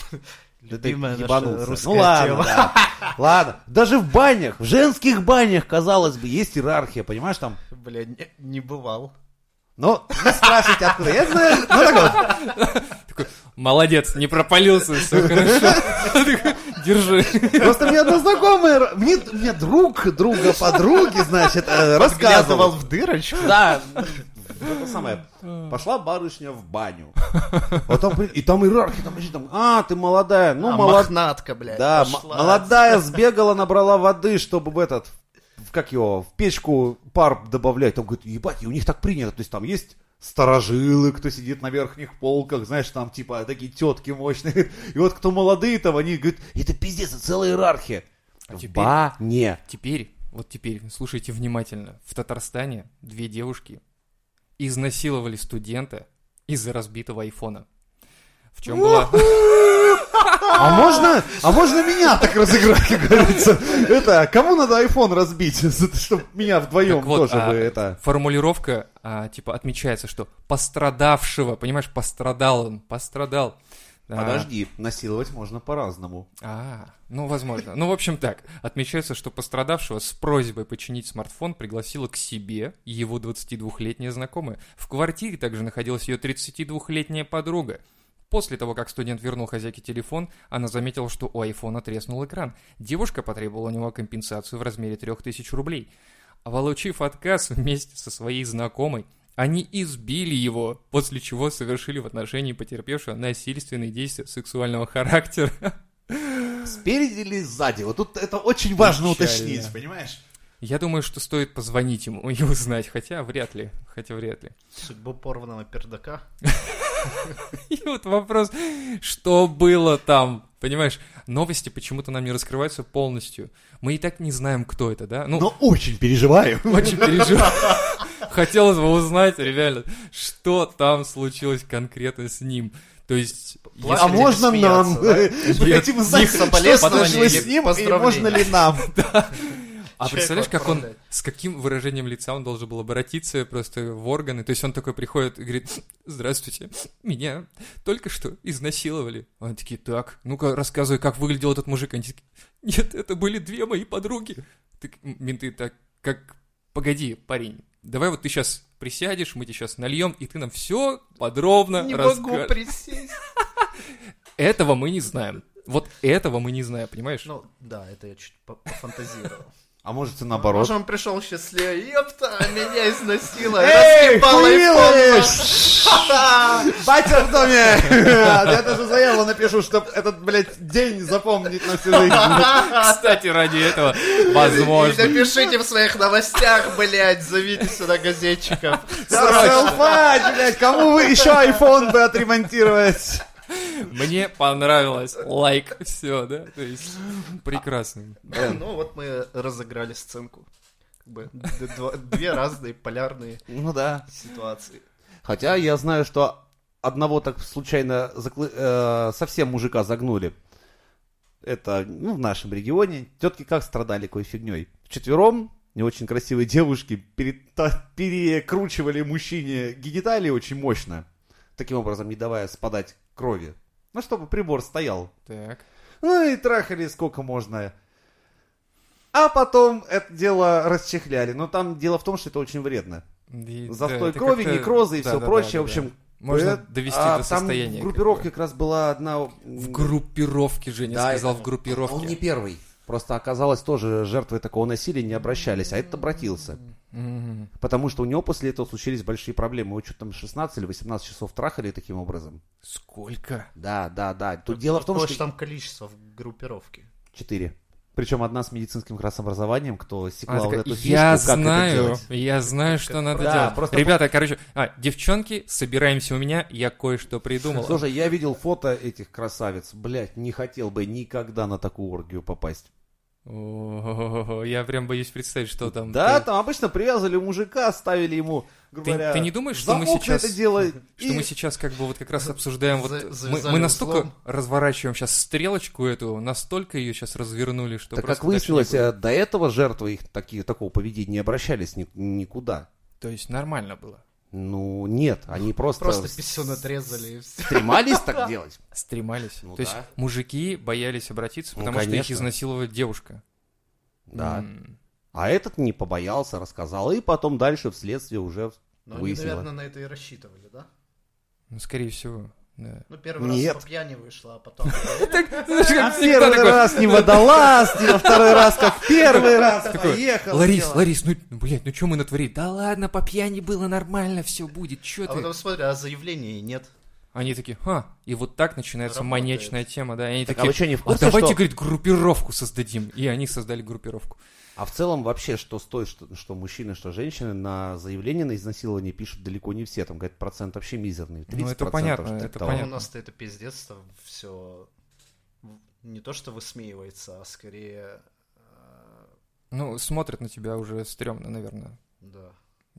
Speaker 2: да ты
Speaker 3: Любимая наша
Speaker 2: ебанулся.
Speaker 3: русская
Speaker 2: Ну ладно,
Speaker 3: тема.
Speaker 2: да. ладно. Даже в банях, в женских банях, казалось бы, есть иерархия, понимаешь, там.
Speaker 3: Бля, не, не бывал.
Speaker 2: Но не спрашивайте, откуда. Я знаю, ну так вот.
Speaker 1: молодец, не пропалился, все хорошо. Держи.
Speaker 2: Просто мне одна знакомая, ра- мне, мне друг друга подруги, значит, э, рассказывал.
Speaker 3: Подглядывал в дырочку.
Speaker 2: Да. Это самое. Пошла барышня в баню. Вот там, блин, и там иерархия, там, вообще там, а, ты молодая, ну,
Speaker 3: а,
Speaker 2: молодая.
Speaker 3: мохнатка, блядь,
Speaker 2: Да, м-
Speaker 3: пошла.
Speaker 2: молодая сбегала, набрала воды, чтобы в этот, в, как его, в печку пар добавлять. Там говорит, ебать, и у них так принято. То есть там есть старожилы, кто сидит на верхних полках, знаешь, там типа такие тетки мощные. И вот кто молодые там, они говорят, это пиздец, это целая иерархия.
Speaker 1: А
Speaker 2: в
Speaker 1: теперь-
Speaker 2: бане.
Speaker 1: Теперь, вот теперь, слушайте внимательно. В Татарстане две девушки изнасиловали студента из-за разбитого айфона. В чем была...
Speaker 2: А можно, а можно меня так разыграть, как говорится? Это, кому надо iPhone разбить, чтобы меня вдвоем
Speaker 1: Так вот,
Speaker 2: тоже
Speaker 1: а-
Speaker 2: бы это...
Speaker 1: формулировка, а, типа, отмечается, что пострадавшего, понимаешь, пострадал он, пострадал. А,
Speaker 2: Подожди, насиловать можно по-разному.
Speaker 1: А, ну, возможно. Ну, в общем так, отмечается, что пострадавшего с просьбой починить смартфон пригласила к себе его 22-летняя знакомая. В квартире также находилась ее 32-летняя подруга. После того, как студент вернул хозяйке телефон, она заметила, что у айфона треснул экран. Девушка потребовала у него компенсацию в размере 3000 рублей. Получив отказ вместе со своей знакомой, они избили его, после чего совершили в отношении потерпевшего насильственные действия сексуального характера.
Speaker 2: Спереди или сзади? Вот тут это очень важно
Speaker 3: Печально.
Speaker 2: уточнить, понимаешь?
Speaker 1: Я думаю, что стоит позвонить ему и узнать, хотя вряд ли, хотя вряд ли.
Speaker 3: Судьбу порванного пердака.
Speaker 1: И вот вопрос, что было там, понимаешь? Новости почему-то нам не раскрываются полностью. Мы и так не знаем, кто это, да? Ну,
Speaker 5: Но очень переживаю.
Speaker 1: очень переживаю. Хотелось бы узнать реально, что там случилось конкретно с ним. То есть...
Speaker 5: А можно нам?
Speaker 3: да?
Speaker 5: Мы хотим знать,
Speaker 3: их
Speaker 5: что
Speaker 3: соболезнования
Speaker 5: случилось
Speaker 3: или
Speaker 5: с ним, и
Speaker 3: поздравления.
Speaker 5: можно ли нам?
Speaker 1: А
Speaker 3: Человеку
Speaker 1: представляешь, как он,
Speaker 3: отправлять.
Speaker 1: с каким выражением лица он должен был обратиться просто в органы? То есть он такой приходит и говорит, здравствуйте, меня только что изнасиловали. Они такие, так, ну-ка рассказывай, как выглядел этот мужик. Они такие, нет, это были две мои подруги. Так, м, менты так, как, погоди, парень, давай вот ты сейчас присядешь, мы тебе сейчас нальем, и ты нам все подробно
Speaker 3: Не могу
Speaker 1: расскажешь.
Speaker 3: присесть.
Speaker 1: Этого мы не знаем. Вот этого мы не знаем, понимаешь?
Speaker 3: Ну, да, это я чуть по- пофантазировал.
Speaker 2: А можете наоборот.
Speaker 3: Может, он пришел счастливее. Ёпта, а меня изнасиловали.
Speaker 5: Эй,
Speaker 3: раскипал iPhone.
Speaker 5: хуилович! Батя в доме! Я даже заяву напишу, чтобы этот, блядь, день запомнить на всю жизнь.
Speaker 1: Кстати, ради этого,
Speaker 3: И
Speaker 1: возможно.
Speaker 3: напишите в своих новостях, блядь, зовите сюда газетчиков.
Speaker 5: Селфать, блядь, кому вы еще iPhone бы отремонтировать?
Speaker 1: Мне понравилось. Лайк. Все, да? То есть, прекрасно.
Speaker 3: Ну, вот мы разыграли сценку. Как бы д- два- две разные полярные
Speaker 2: Ну да.
Speaker 3: ситуации.
Speaker 2: Хотя я знаю, что одного так случайно заклы- э, совсем мужика загнули. Это ну, в нашем регионе. Тетки как страдали какой фигней. Вчетвером не очень красивые девушки перета- перекручивали мужчине гениталии очень мощно. Таким образом, не давая спадать крови. Ну, чтобы прибор стоял
Speaker 1: Так.
Speaker 2: Ну и трахали сколько можно. А потом это дело расчехляли. Но там дело в том, что это очень вредно.
Speaker 1: И- да,
Speaker 2: Застой
Speaker 1: это
Speaker 2: крови,
Speaker 1: как-то-
Speaker 2: некрозы и
Speaker 1: да,
Speaker 2: все
Speaker 1: да,
Speaker 2: прочее.
Speaker 1: да, да,
Speaker 2: в общем,
Speaker 1: да. Можно
Speaker 2: э,
Speaker 1: довести
Speaker 2: а
Speaker 1: до
Speaker 2: там
Speaker 1: состояния.
Speaker 2: В
Speaker 1: как бы.
Speaker 2: группировке как раз была одна...
Speaker 1: В группировке, Женя
Speaker 2: Да,
Speaker 1: сказал, в
Speaker 2: А Он не
Speaker 1: группировке.
Speaker 2: первый. Просто оказалось тоже жертвы такого насилия не обращались, а этот обратился.
Speaker 1: Мгм.
Speaker 2: Потому что у него после этого случились большие проблемы. Его что там 16 или 18 часов трахали таким образом.
Speaker 1: Сколько?
Speaker 2: Да, да, да. Тут дело в том,
Speaker 3: Какое
Speaker 2: что...
Speaker 3: ж там количество в группировке.
Speaker 2: Четыре. Причем одна с медицинским как раз образованием, кто секла
Speaker 1: Она
Speaker 2: вот
Speaker 1: такая,
Speaker 2: эту фишку,
Speaker 1: я
Speaker 2: как это
Speaker 1: знаю,
Speaker 2: делать.
Speaker 1: я знаю, что надо
Speaker 2: Да,
Speaker 1: делать.
Speaker 2: просто-
Speaker 1: Ребята, короче, а, девчонки, собираемся у меня, я кое-что придумал.
Speaker 2: Слушай, я видел фото этих красавиц. Блять, не хотел бы никогда на такую оргию попасть.
Speaker 1: О, Я прям боюсь представить, что там.
Speaker 2: да,
Speaker 1: Ты-
Speaker 2: там обычно привязывали мужика, ставили ему, грубо
Speaker 1: Ты-
Speaker 2: говоря,
Speaker 1: ты не думаешь, что мы
Speaker 2: замок на
Speaker 1: сейчас-
Speaker 2: это дело,
Speaker 1: Что
Speaker 2: и-
Speaker 1: мы сейчас как бы вот как раз обсуждаем, вот
Speaker 3: за-
Speaker 1: мы,
Speaker 3: завязали
Speaker 1: мы настолько
Speaker 3: узлом.
Speaker 1: разворачиваем сейчас стрелочку эту, настолько ее сейчас развернули, что
Speaker 2: Так
Speaker 1: просто
Speaker 2: как выяснилось,
Speaker 1: дальше не
Speaker 2: э, до этого жертвы их такие, такого поведения не обращались ни- никуда.
Speaker 1: будет. То есть нормально было.
Speaker 2: Ну, нет, они просто,
Speaker 3: Просто
Speaker 2: с-
Speaker 3: писюн отрезали и все.
Speaker 2: стремались так делать.
Speaker 1: Стремались.
Speaker 2: Ну
Speaker 1: То есть
Speaker 2: да.
Speaker 1: мужики боялись обратиться,
Speaker 2: Ну,
Speaker 1: потому что их
Speaker 2: конечно.
Speaker 1: изнасиловала девушка.
Speaker 2: Да.
Speaker 1: М.
Speaker 2: А этот не побоялся, рассказал, и потом дальше вследствие уже
Speaker 3: Но Ну, они,
Speaker 2: выяснило.
Speaker 3: наверное, на это и рассчитывали, да?
Speaker 1: Ну, скорее всего, да. Ну,
Speaker 3: Ну, первый раз
Speaker 2: Нет.
Speaker 3: по пьяни вышло, а потом...
Speaker 1: Знаешь,
Speaker 3: А
Speaker 1: как всегда
Speaker 2: А Первый
Speaker 1: такой,
Speaker 2: раз не водолаз, не во второй раз как первый раз.
Speaker 1: такой,
Speaker 2: Поехал.
Speaker 1: Ларис,
Speaker 2: сделал».
Speaker 1: Ларис, ну, блядь, ну что мы натворили? Да ладно, по пьяни было нормально, все будет, что
Speaker 3: А
Speaker 1: ты?
Speaker 3: потом смотри, а заявлений нет.
Speaker 1: Они такие, ха, и вот так начинается
Speaker 3: Работает.
Speaker 1: маньячная тема, да, и они
Speaker 2: Так, а
Speaker 1: такие,
Speaker 2: вы чё, не в
Speaker 1: «А
Speaker 2: курсе,
Speaker 1: давайте,
Speaker 2: что-
Speaker 1: говорит, группировку создадим, и они создали группировку.
Speaker 2: А в целом вообще, что стоит, что, что мужчины, что женщины на заявление на изнасилование пишут далеко не все. Там, говорит, процент вообще мизерный. 30%,
Speaker 1: Ну, это понятно,
Speaker 2: что-то
Speaker 1: это
Speaker 2: того.
Speaker 3: Ну,
Speaker 1: понятно.
Speaker 3: У нас-то это пиздец, там все не то что высмеивается, а скорее... э,
Speaker 1: Ну, смотрят на тебя уже стрёмно, наверное.
Speaker 3: Да.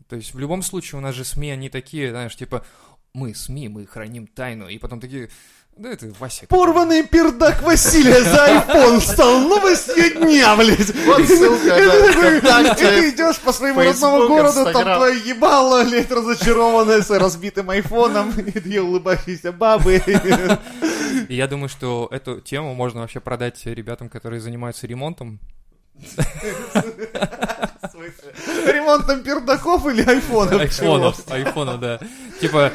Speaker 1: То есть в любом случае у нас же СМИ, они такие, знаешь, типа, мы СМИ, мы храним тайну, и потом такие, Да это Вася.
Speaker 2: Порванный пердак Василия за iPhone стал Ну, новостью дня, блядь.
Speaker 3: Вот ссылка, да,
Speaker 2: Это такой,
Speaker 3: ВКонтакте,
Speaker 2: И ты идешь по своему родному
Speaker 3: Facebook,
Speaker 2: городу, там
Speaker 3: Инстаграм.
Speaker 2: твое ебало, блядь, разочарованное с разбитым айфоном, и две улыбающиеся бабы.
Speaker 1: И я думаю, что эту тему можно вообще продать ребятам, которые занимаются ремонтом.
Speaker 2: Ремонтом пердаков или айфонов?
Speaker 1: Айфонов, айфона, да. Типа,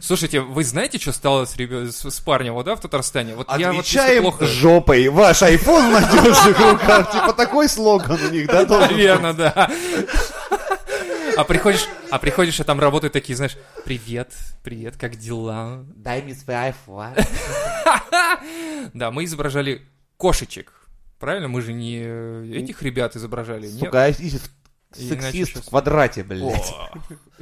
Speaker 1: слушайте, вы знаете, что стало с, ребё- с- с парнем, вот, да, в Татарстане? Вот я вот если
Speaker 2: Отвечаем
Speaker 1: плохо...
Speaker 2: жопой. Ваш айфон в надежных руках. Типа такой слоган у них, да? должен?
Speaker 1: Верно, да. А приходишь, а приходишь, а там работают такие, знаешь, привет, привет, как дела?
Speaker 3: Дай мне свой айфон.
Speaker 1: Да, мы изображали кошечек. Правильно, мы же не э, этих ребят изображали.
Speaker 2: Ну,
Speaker 1: Нет?
Speaker 3: Сука, а если
Speaker 1: Иначе
Speaker 3: сексист
Speaker 1: щас-
Speaker 3: в квадрате, блядь.
Speaker 1: О,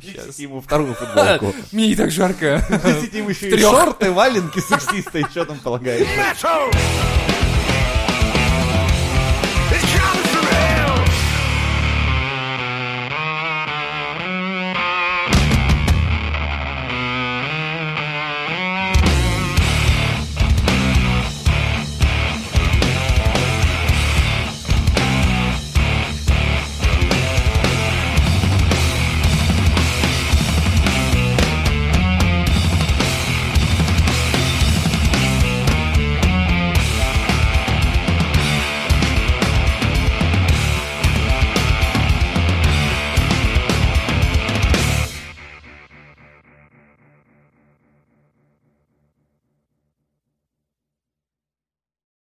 Speaker 1: щас.
Speaker 3: Несите ему вторую футболку.
Speaker 1: Мне и так жарко.
Speaker 2: Несите им еще и
Speaker 1: Трёх.
Speaker 2: шорты, валенки сексиста, и что там полагается.
Speaker 6: Metal!